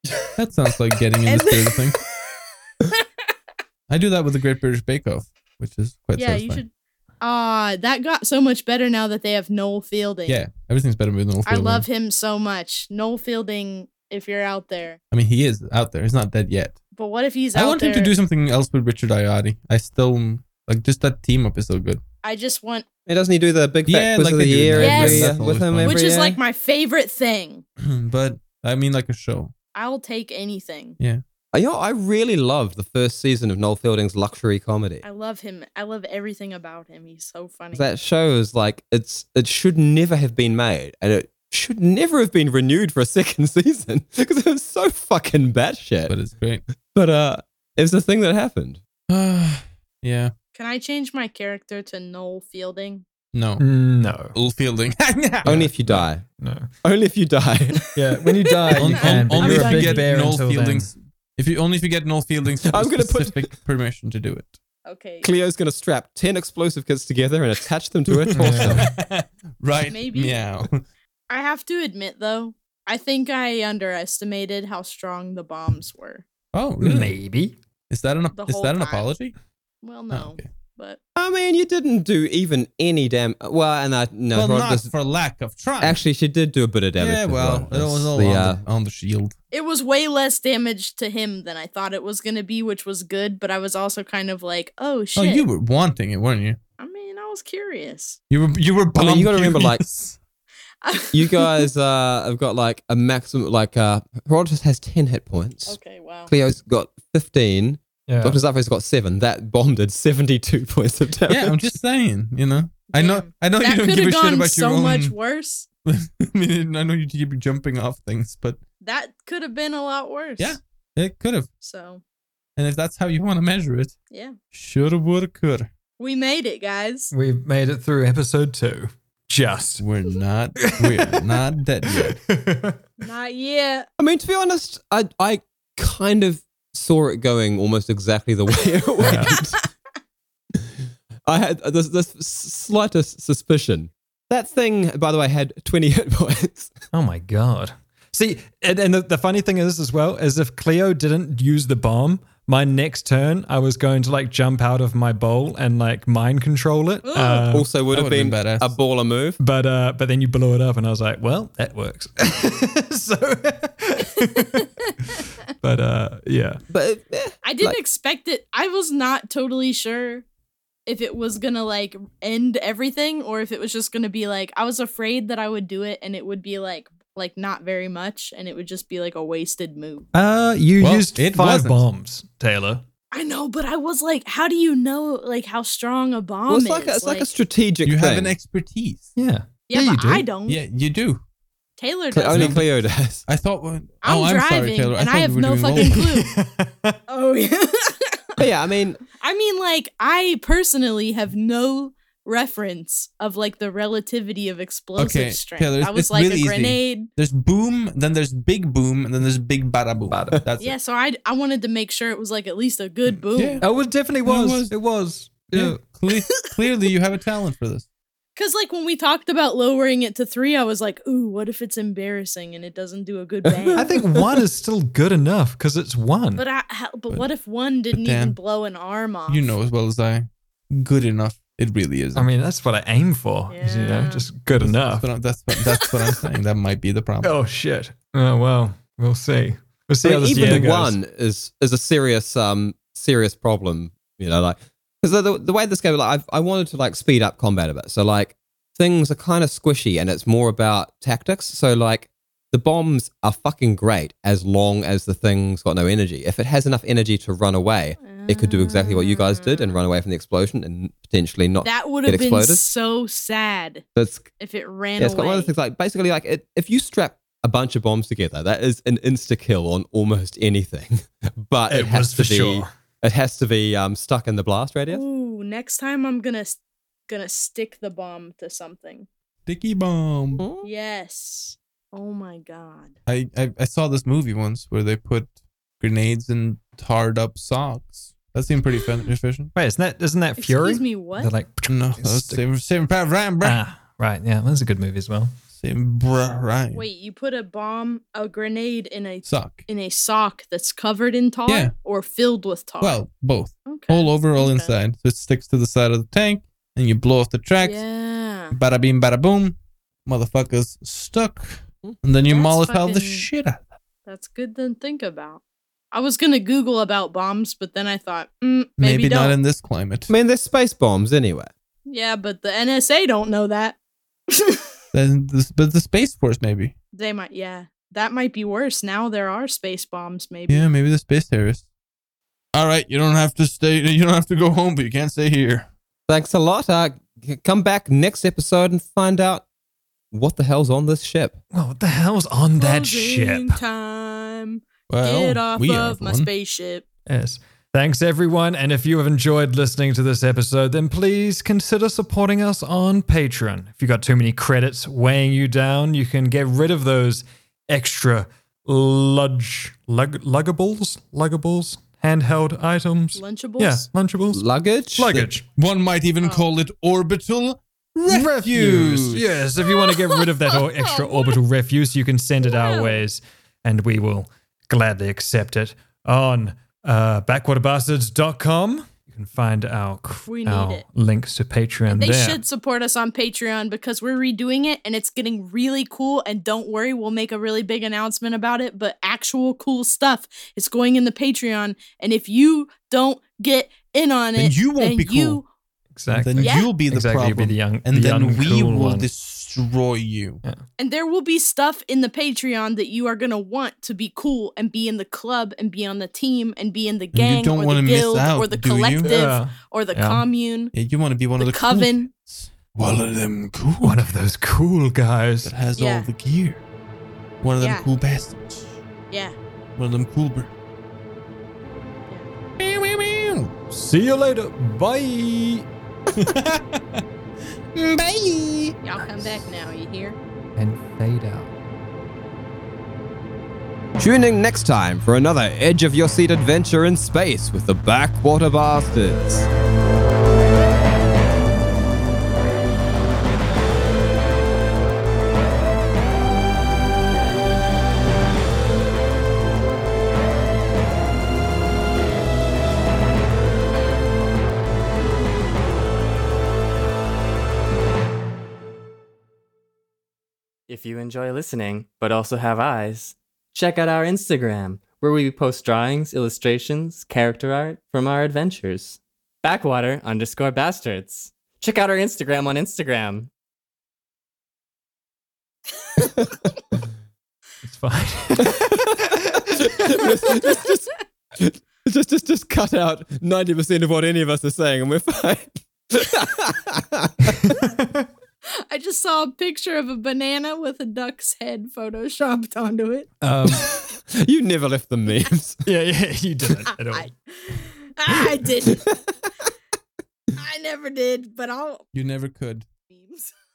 Speaker 2: Yeah. that sounds like getting in
Speaker 4: And-
Speaker 2: the spirit of thing. I do that with the Great British Bake Off, which is quite
Speaker 4: yeah,
Speaker 2: satisfying.
Speaker 4: you should. Ah, that got so much better now that they have Noel Fielding.
Speaker 2: Yeah, everything's better with Noel
Speaker 4: I
Speaker 2: Fielding.
Speaker 4: love him so much. Noel Fielding, if you're out there,
Speaker 2: I mean, he is out there. He's not dead yet.
Speaker 4: but what if he's
Speaker 2: I
Speaker 4: out
Speaker 2: want
Speaker 4: there?
Speaker 2: him to do something else with Richard Iotti. I still like just that team up is so good.
Speaker 4: I just want,
Speaker 1: And doesn't he do the big back
Speaker 2: Yeah,
Speaker 1: quiz
Speaker 2: like
Speaker 1: of
Speaker 2: they
Speaker 1: the
Speaker 2: do
Speaker 1: year
Speaker 4: that.
Speaker 1: every,
Speaker 4: Yes.
Speaker 1: uh, with him every
Speaker 4: which is
Speaker 1: year?
Speaker 4: like my favorite thing.
Speaker 2: but I mean, like a show.
Speaker 4: I'll take anything.
Speaker 1: You know, I really loved the first season of Noel Fielding's luxury comedy.
Speaker 4: I love him. I love everything about him. He's so funny.
Speaker 1: That show is like it's it should never have been made, and it should never have been renewed for a second season because it was so fucking batshit.
Speaker 2: But
Speaker 1: But,
Speaker 2: it's great.
Speaker 1: but uh, it was a thing that happened.
Speaker 2: yeah.
Speaker 4: Can I change my character to Noel Fielding?
Speaker 2: No.
Speaker 5: Mm. No.
Speaker 2: Noel Fielding.
Speaker 1: Only if you die.
Speaker 5: No.
Speaker 1: Only if you die.
Speaker 5: Yeah, when you die,
Speaker 2: On-
Speaker 5: you
Speaker 2: on-
Speaker 5: can, but
Speaker 2: only
Speaker 5: you're
Speaker 2: if
Speaker 5: a
Speaker 2: you
Speaker 5: big
Speaker 2: get
Speaker 5: bear
Speaker 2: Noel
Speaker 5: until then.
Speaker 2: Fielding's. If you only if you get Noel Fielding's
Speaker 1: I'm gonna put-
Speaker 2: specific permission to do it.
Speaker 4: Okay.
Speaker 1: Cleo's gonna strap ten explosive kids together and attach them to her torso.
Speaker 5: Yeah.
Speaker 2: right.
Speaker 4: Maybe.
Speaker 2: Meow.
Speaker 4: I have to admit though, I think I underestimated how strong the bombs were.
Speaker 2: Oh, really?
Speaker 5: Maybe.
Speaker 1: Hmm.
Speaker 2: Is that an
Speaker 4: The
Speaker 2: is
Speaker 4: whole
Speaker 2: that an
Speaker 4: time.
Speaker 2: apology?
Speaker 4: Well,
Speaker 2: Oh,
Speaker 4: no,
Speaker 2: okay.
Speaker 4: but
Speaker 1: I mean, you didn't do even any damn. Well, and I no.
Speaker 2: well,
Speaker 1: Rod
Speaker 2: not
Speaker 1: was-
Speaker 2: for lack of trying.
Speaker 1: actually, she did do a bit of damage.
Speaker 2: yeah.
Speaker 1: to
Speaker 2: Well,
Speaker 1: Rod.
Speaker 2: it was all
Speaker 1: The,
Speaker 2: on,
Speaker 1: uh,
Speaker 2: the, on the shield.
Speaker 4: it was way less damage to him than I thought it was gonna be, which was good. But I was also kind of like, oh shit.
Speaker 2: Oh, you were wanting it, weren't you?
Speaker 4: I mean, I was curious.
Speaker 2: You were. You were.
Speaker 1: I mean, you gotta remember, like,
Speaker 2: bomb-curious.
Speaker 1: You guys uh, have got like a maximum. Like uh, Herodotus has ten hit points.
Speaker 4: okay, wow.
Speaker 1: Cleo's got fifteen.
Speaker 5: Yeah.
Speaker 1: Doctor Zapho's got seven. That bonded seventy-two points of damage.
Speaker 2: yeah, I'm just saying. You know. I know.
Speaker 4: Damn.
Speaker 2: I know
Speaker 4: that
Speaker 2: you don't
Speaker 4: could
Speaker 2: give a
Speaker 4: have
Speaker 2: shit
Speaker 4: gone
Speaker 2: about
Speaker 4: so
Speaker 2: your own.
Speaker 4: much worse.
Speaker 2: I mean, I know you keep jumping off things, but
Speaker 4: That could have been a lot worse.
Speaker 2: Yeah. it could have.
Speaker 4: So
Speaker 2: And if that's how you want to measure it,
Speaker 4: yeah,
Speaker 2: shoulda, woulda, coulda.
Speaker 4: we made it, guys.
Speaker 5: We made it through episode two. Just.
Speaker 2: We're not. We're not dead yet. Mm.
Speaker 4: Not yet.
Speaker 1: I mean, to be honest, I I kind of saw it going almost exactly the way it went. I had this, this slightest suspicion. That thing, by the way, had 20 hit points.
Speaker 5: Oh my god. See, and, and the, the funny thing is as well is if Cleo didn't use the bomb, my next turn I was going to like jump out of my bowl and like mind control it. Uh,
Speaker 1: also, would
Speaker 2: that
Speaker 1: have been,
Speaker 2: would've been badass.
Speaker 1: a baller move.
Speaker 5: but uh, but then you blow it up, and I was like, well, that works. so, but But uh, yeah.
Speaker 1: But eh,
Speaker 4: I didn't
Speaker 1: Like-
Speaker 4: expect it. I was not totally sure if it was gonna like end everything or if it was just gonna be like I was afraid that I would do it and it would be like like not very much and it would just be like a wasted move.
Speaker 5: Uh, you
Speaker 1: Well,
Speaker 5: used
Speaker 1: it
Speaker 5: 5
Speaker 1: wasn't.
Speaker 5: bombs, Taylor.
Speaker 4: I know, but I was like, how do you know like how strong a bomb
Speaker 1: well, it's
Speaker 4: is?
Speaker 1: like a, it's like a strategic
Speaker 2: You
Speaker 1: thing.
Speaker 2: have an expertise.
Speaker 5: Yeah.
Speaker 4: yeah,
Speaker 5: yeah, you
Speaker 4: but
Speaker 5: do.
Speaker 4: I don't.
Speaker 2: Yeah, you do.
Speaker 4: Taylor
Speaker 1: Cle-
Speaker 4: does.
Speaker 1: only
Speaker 4: not
Speaker 1: Cleo does.
Speaker 2: I thought. Well,
Speaker 4: I'm
Speaker 2: oh, I'm sorry,
Speaker 4: driving
Speaker 2: Taylor.
Speaker 4: and
Speaker 2: I, thought
Speaker 4: I have
Speaker 2: we were
Speaker 4: no
Speaker 2: doing
Speaker 4: fucking clue.
Speaker 2: roll.
Speaker 4: oh yeah.
Speaker 1: But yeah, I mean,
Speaker 4: I mean, like, I personally have no reference of like the relativity of explosive
Speaker 2: Okay,
Speaker 4: strength.
Speaker 2: Taylor,
Speaker 4: I
Speaker 2: it's-
Speaker 4: was
Speaker 2: it's
Speaker 4: like
Speaker 2: really
Speaker 4: a
Speaker 2: easy.
Speaker 4: grenade.
Speaker 2: There's boom, then there's big boom, and then there's big bada boom. That's
Speaker 4: Yeah,
Speaker 2: it.
Speaker 4: so I I wanted to make sure it was like at least a
Speaker 1: Mm,
Speaker 4: good boom.
Speaker 2: Yeah.
Speaker 5: Oh, it definitely was.
Speaker 2: was.
Speaker 5: It was.
Speaker 2: Yeah, cle- clearly, you have a talent for this.
Speaker 4: Cause like when we talked about lowering it to three, I was like, ooh, what if it's embarrassing and it doesn't do a good bang?
Speaker 5: I think one is still good enough because it's one.
Speaker 4: but I ha- but what if one didn't
Speaker 2: then-
Speaker 4: even blow an arm off?
Speaker 2: You know as well as I. Good enough. It really is.
Speaker 5: I mean, that's what I aim for. is, You know,
Speaker 4: Yeah.
Speaker 5: just good
Speaker 2: that's
Speaker 5: enough.
Speaker 2: what, I'm, that's, what, that's what I'm saying. That might be the problem.
Speaker 5: Oh shit. Oh well, we'll see. We'll see
Speaker 1: I
Speaker 5: how
Speaker 1: mean,
Speaker 5: this
Speaker 1: even
Speaker 5: year
Speaker 1: the
Speaker 5: goes.
Speaker 1: one is is a serious um serious problem. You know, like because the, the the way this game, like I've, I wanted to like speed up combat a bit. So like things are kind of squishy, and it's more about tactics. So like the bombs are fucking great as long as the thing's got no energy. If it has enough energy to run away, it could do exactly what you guys did and run away from the explosion and potentially not.
Speaker 4: Mm. That would
Speaker 1: It
Speaker 4: have been
Speaker 1: exploded?
Speaker 4: so sad
Speaker 1: That's
Speaker 4: if it ran
Speaker 1: yeah, it's
Speaker 4: away.
Speaker 1: got one of the things like basically like it, if you strap a bunch of bombs together, that is an insta kill on almost anything. But it,
Speaker 5: It
Speaker 1: has
Speaker 5: was for
Speaker 1: to be
Speaker 5: sure.
Speaker 1: it has to be um, stuck in the blast radius.
Speaker 4: Ooh, next time I'm gonna s- gonna stick the bomb to something.
Speaker 2: Sticky bomb.
Speaker 4: Yes. Oh my god.
Speaker 2: I, I I saw this movie once where they put grenades in tarred up socks. That seemed pretty fin- efficient.
Speaker 5: Wait, isn't that isn't that Fury?
Speaker 4: Excuse me, what?
Speaker 5: They're like
Speaker 2: No, that was
Speaker 5: Stick-
Speaker 2: same same bra- ram bra-
Speaker 5: ah, right. Yeah, that's a good movie as well.
Speaker 2: same bra- right
Speaker 4: Ah. Wait, you put a bomb, a grenade in a
Speaker 2: sock.
Speaker 4: in a sock that's covered in tar
Speaker 2: Yeah.
Speaker 4: or filled with tar?
Speaker 2: Well, both
Speaker 4: Oh. okay.
Speaker 2: all over, all
Speaker 4: Okay.
Speaker 2: inside. So it sticks to the side of the tank, and you blow off the tracks.
Speaker 4: Yeah.
Speaker 2: Bada bing, bada boom. Motherfuckers stuck, and then you
Speaker 4: That's
Speaker 2: molotov the
Speaker 4: fucking-
Speaker 2: shit out. of them.
Speaker 4: That's good to think about. I was gonna Google about bombs, but then I thought, mm, maybe,
Speaker 2: Maybe, not
Speaker 4: don't.
Speaker 2: in this climate.
Speaker 1: I mean, there's space bombs anyway.
Speaker 4: yeah, but the NSA don't know that.
Speaker 2: Then this, but the space force maybe.
Speaker 4: they might. Yeah, that might be worse. Now there are space bombs. Maybe.
Speaker 2: Yeah, maybe the space terrorist. All right, you don't have to stay. You don't have to go home, but you can't stay here.
Speaker 1: Thanks a lot. Uh, c- come back next episode and find out what the hell's on this ship.
Speaker 5: Well, what the hell's on that
Speaker 4: Closing
Speaker 5: ship?
Speaker 4: Time.
Speaker 2: Well,
Speaker 4: Get off
Speaker 2: we
Speaker 4: of
Speaker 2: have
Speaker 4: my
Speaker 2: one.
Speaker 4: spaceship.
Speaker 5: Yes. Thanks everyone, and if you have enjoyed listening to this episode, then please consider supporting us on Patreon. If you got too many credits weighing you down, you can get rid of those extra lug lug luggables, luggables, handheld items.
Speaker 4: Lunchables.
Speaker 5: Yeah, lunchables.
Speaker 1: Luggage?
Speaker 5: Luggage.
Speaker 2: One might
Speaker 4: Oh.
Speaker 2: even call it orbital refuse.
Speaker 5: Yes, if you want to get rid of that or extra orbital refuse, you can send it our ways, and we will gladly accept it on uh, backwaterbastards.com. You can find our, cr-
Speaker 4: We need
Speaker 5: our
Speaker 4: it.
Speaker 5: links to Patreon
Speaker 4: They
Speaker 5: there.
Speaker 4: should support us on Patreon because we're redoing it and it's getting really cool. And don't worry, we'll make a really big announcement about it. But actual cool stuff is going in the Patreon. And if you don't get in on
Speaker 2: Then
Speaker 4: it,
Speaker 2: you won't
Speaker 4: then
Speaker 2: be cool.
Speaker 4: you-
Speaker 5: exactly.
Speaker 2: Then
Speaker 4: Yeah.
Speaker 2: you'll be the
Speaker 5: Exactly, you'll be
Speaker 2: problem,
Speaker 5: the young-
Speaker 2: and
Speaker 5: the
Speaker 2: then
Speaker 5: young,
Speaker 2: we
Speaker 5: cool
Speaker 2: will
Speaker 5: one.
Speaker 2: destroy you.
Speaker 4: and there will be stuff in the Patreon that you are going to want to be cool and be in the club and be on the team and be in the
Speaker 2: you
Speaker 4: gang
Speaker 2: don't
Speaker 4: or
Speaker 2: wanna
Speaker 4: the
Speaker 2: miss
Speaker 4: guild
Speaker 2: out,
Speaker 4: or the
Speaker 2: do you?
Speaker 4: collective
Speaker 5: Yeah.
Speaker 4: or the
Speaker 5: Yeah.
Speaker 4: commune,
Speaker 2: Yeah, you want to be one
Speaker 4: the
Speaker 2: of the cool
Speaker 4: coven.
Speaker 2: kids. one of them cool.
Speaker 5: One of those cool guys.
Speaker 2: that has
Speaker 4: Yeah.
Speaker 2: all the gear. One of them
Speaker 4: Yeah.
Speaker 2: cool bastards.
Speaker 4: Yeah.
Speaker 2: One of them cool birds. Meow, meow, meow.
Speaker 5: See you later. Bye.
Speaker 2: Bye.
Speaker 4: Y'all come back now, you hear?
Speaker 5: And fade out.
Speaker 1: Tune in next time for another edge of your seat adventure in space with the Backwater Bastards.
Speaker 8: If you enjoy listening, but also have eyes, check out our Instagram, where we post drawings, illustrations, character art from our adventures. Backwater underscore bastards. Check out our Instagram on Instagram.
Speaker 5: It's fine.
Speaker 1: just, just, just, just, just, just cut out 90% of what any of us are saying and we're fine.
Speaker 4: I just saw a picture of a banana with a duck's head photoshopped onto it.
Speaker 5: Um,
Speaker 1: you never left the memes.
Speaker 5: yeah, yeah, you didn't at all.
Speaker 4: I, I didn't. I never did, but I'll
Speaker 2: You never could.
Speaker 4: memes.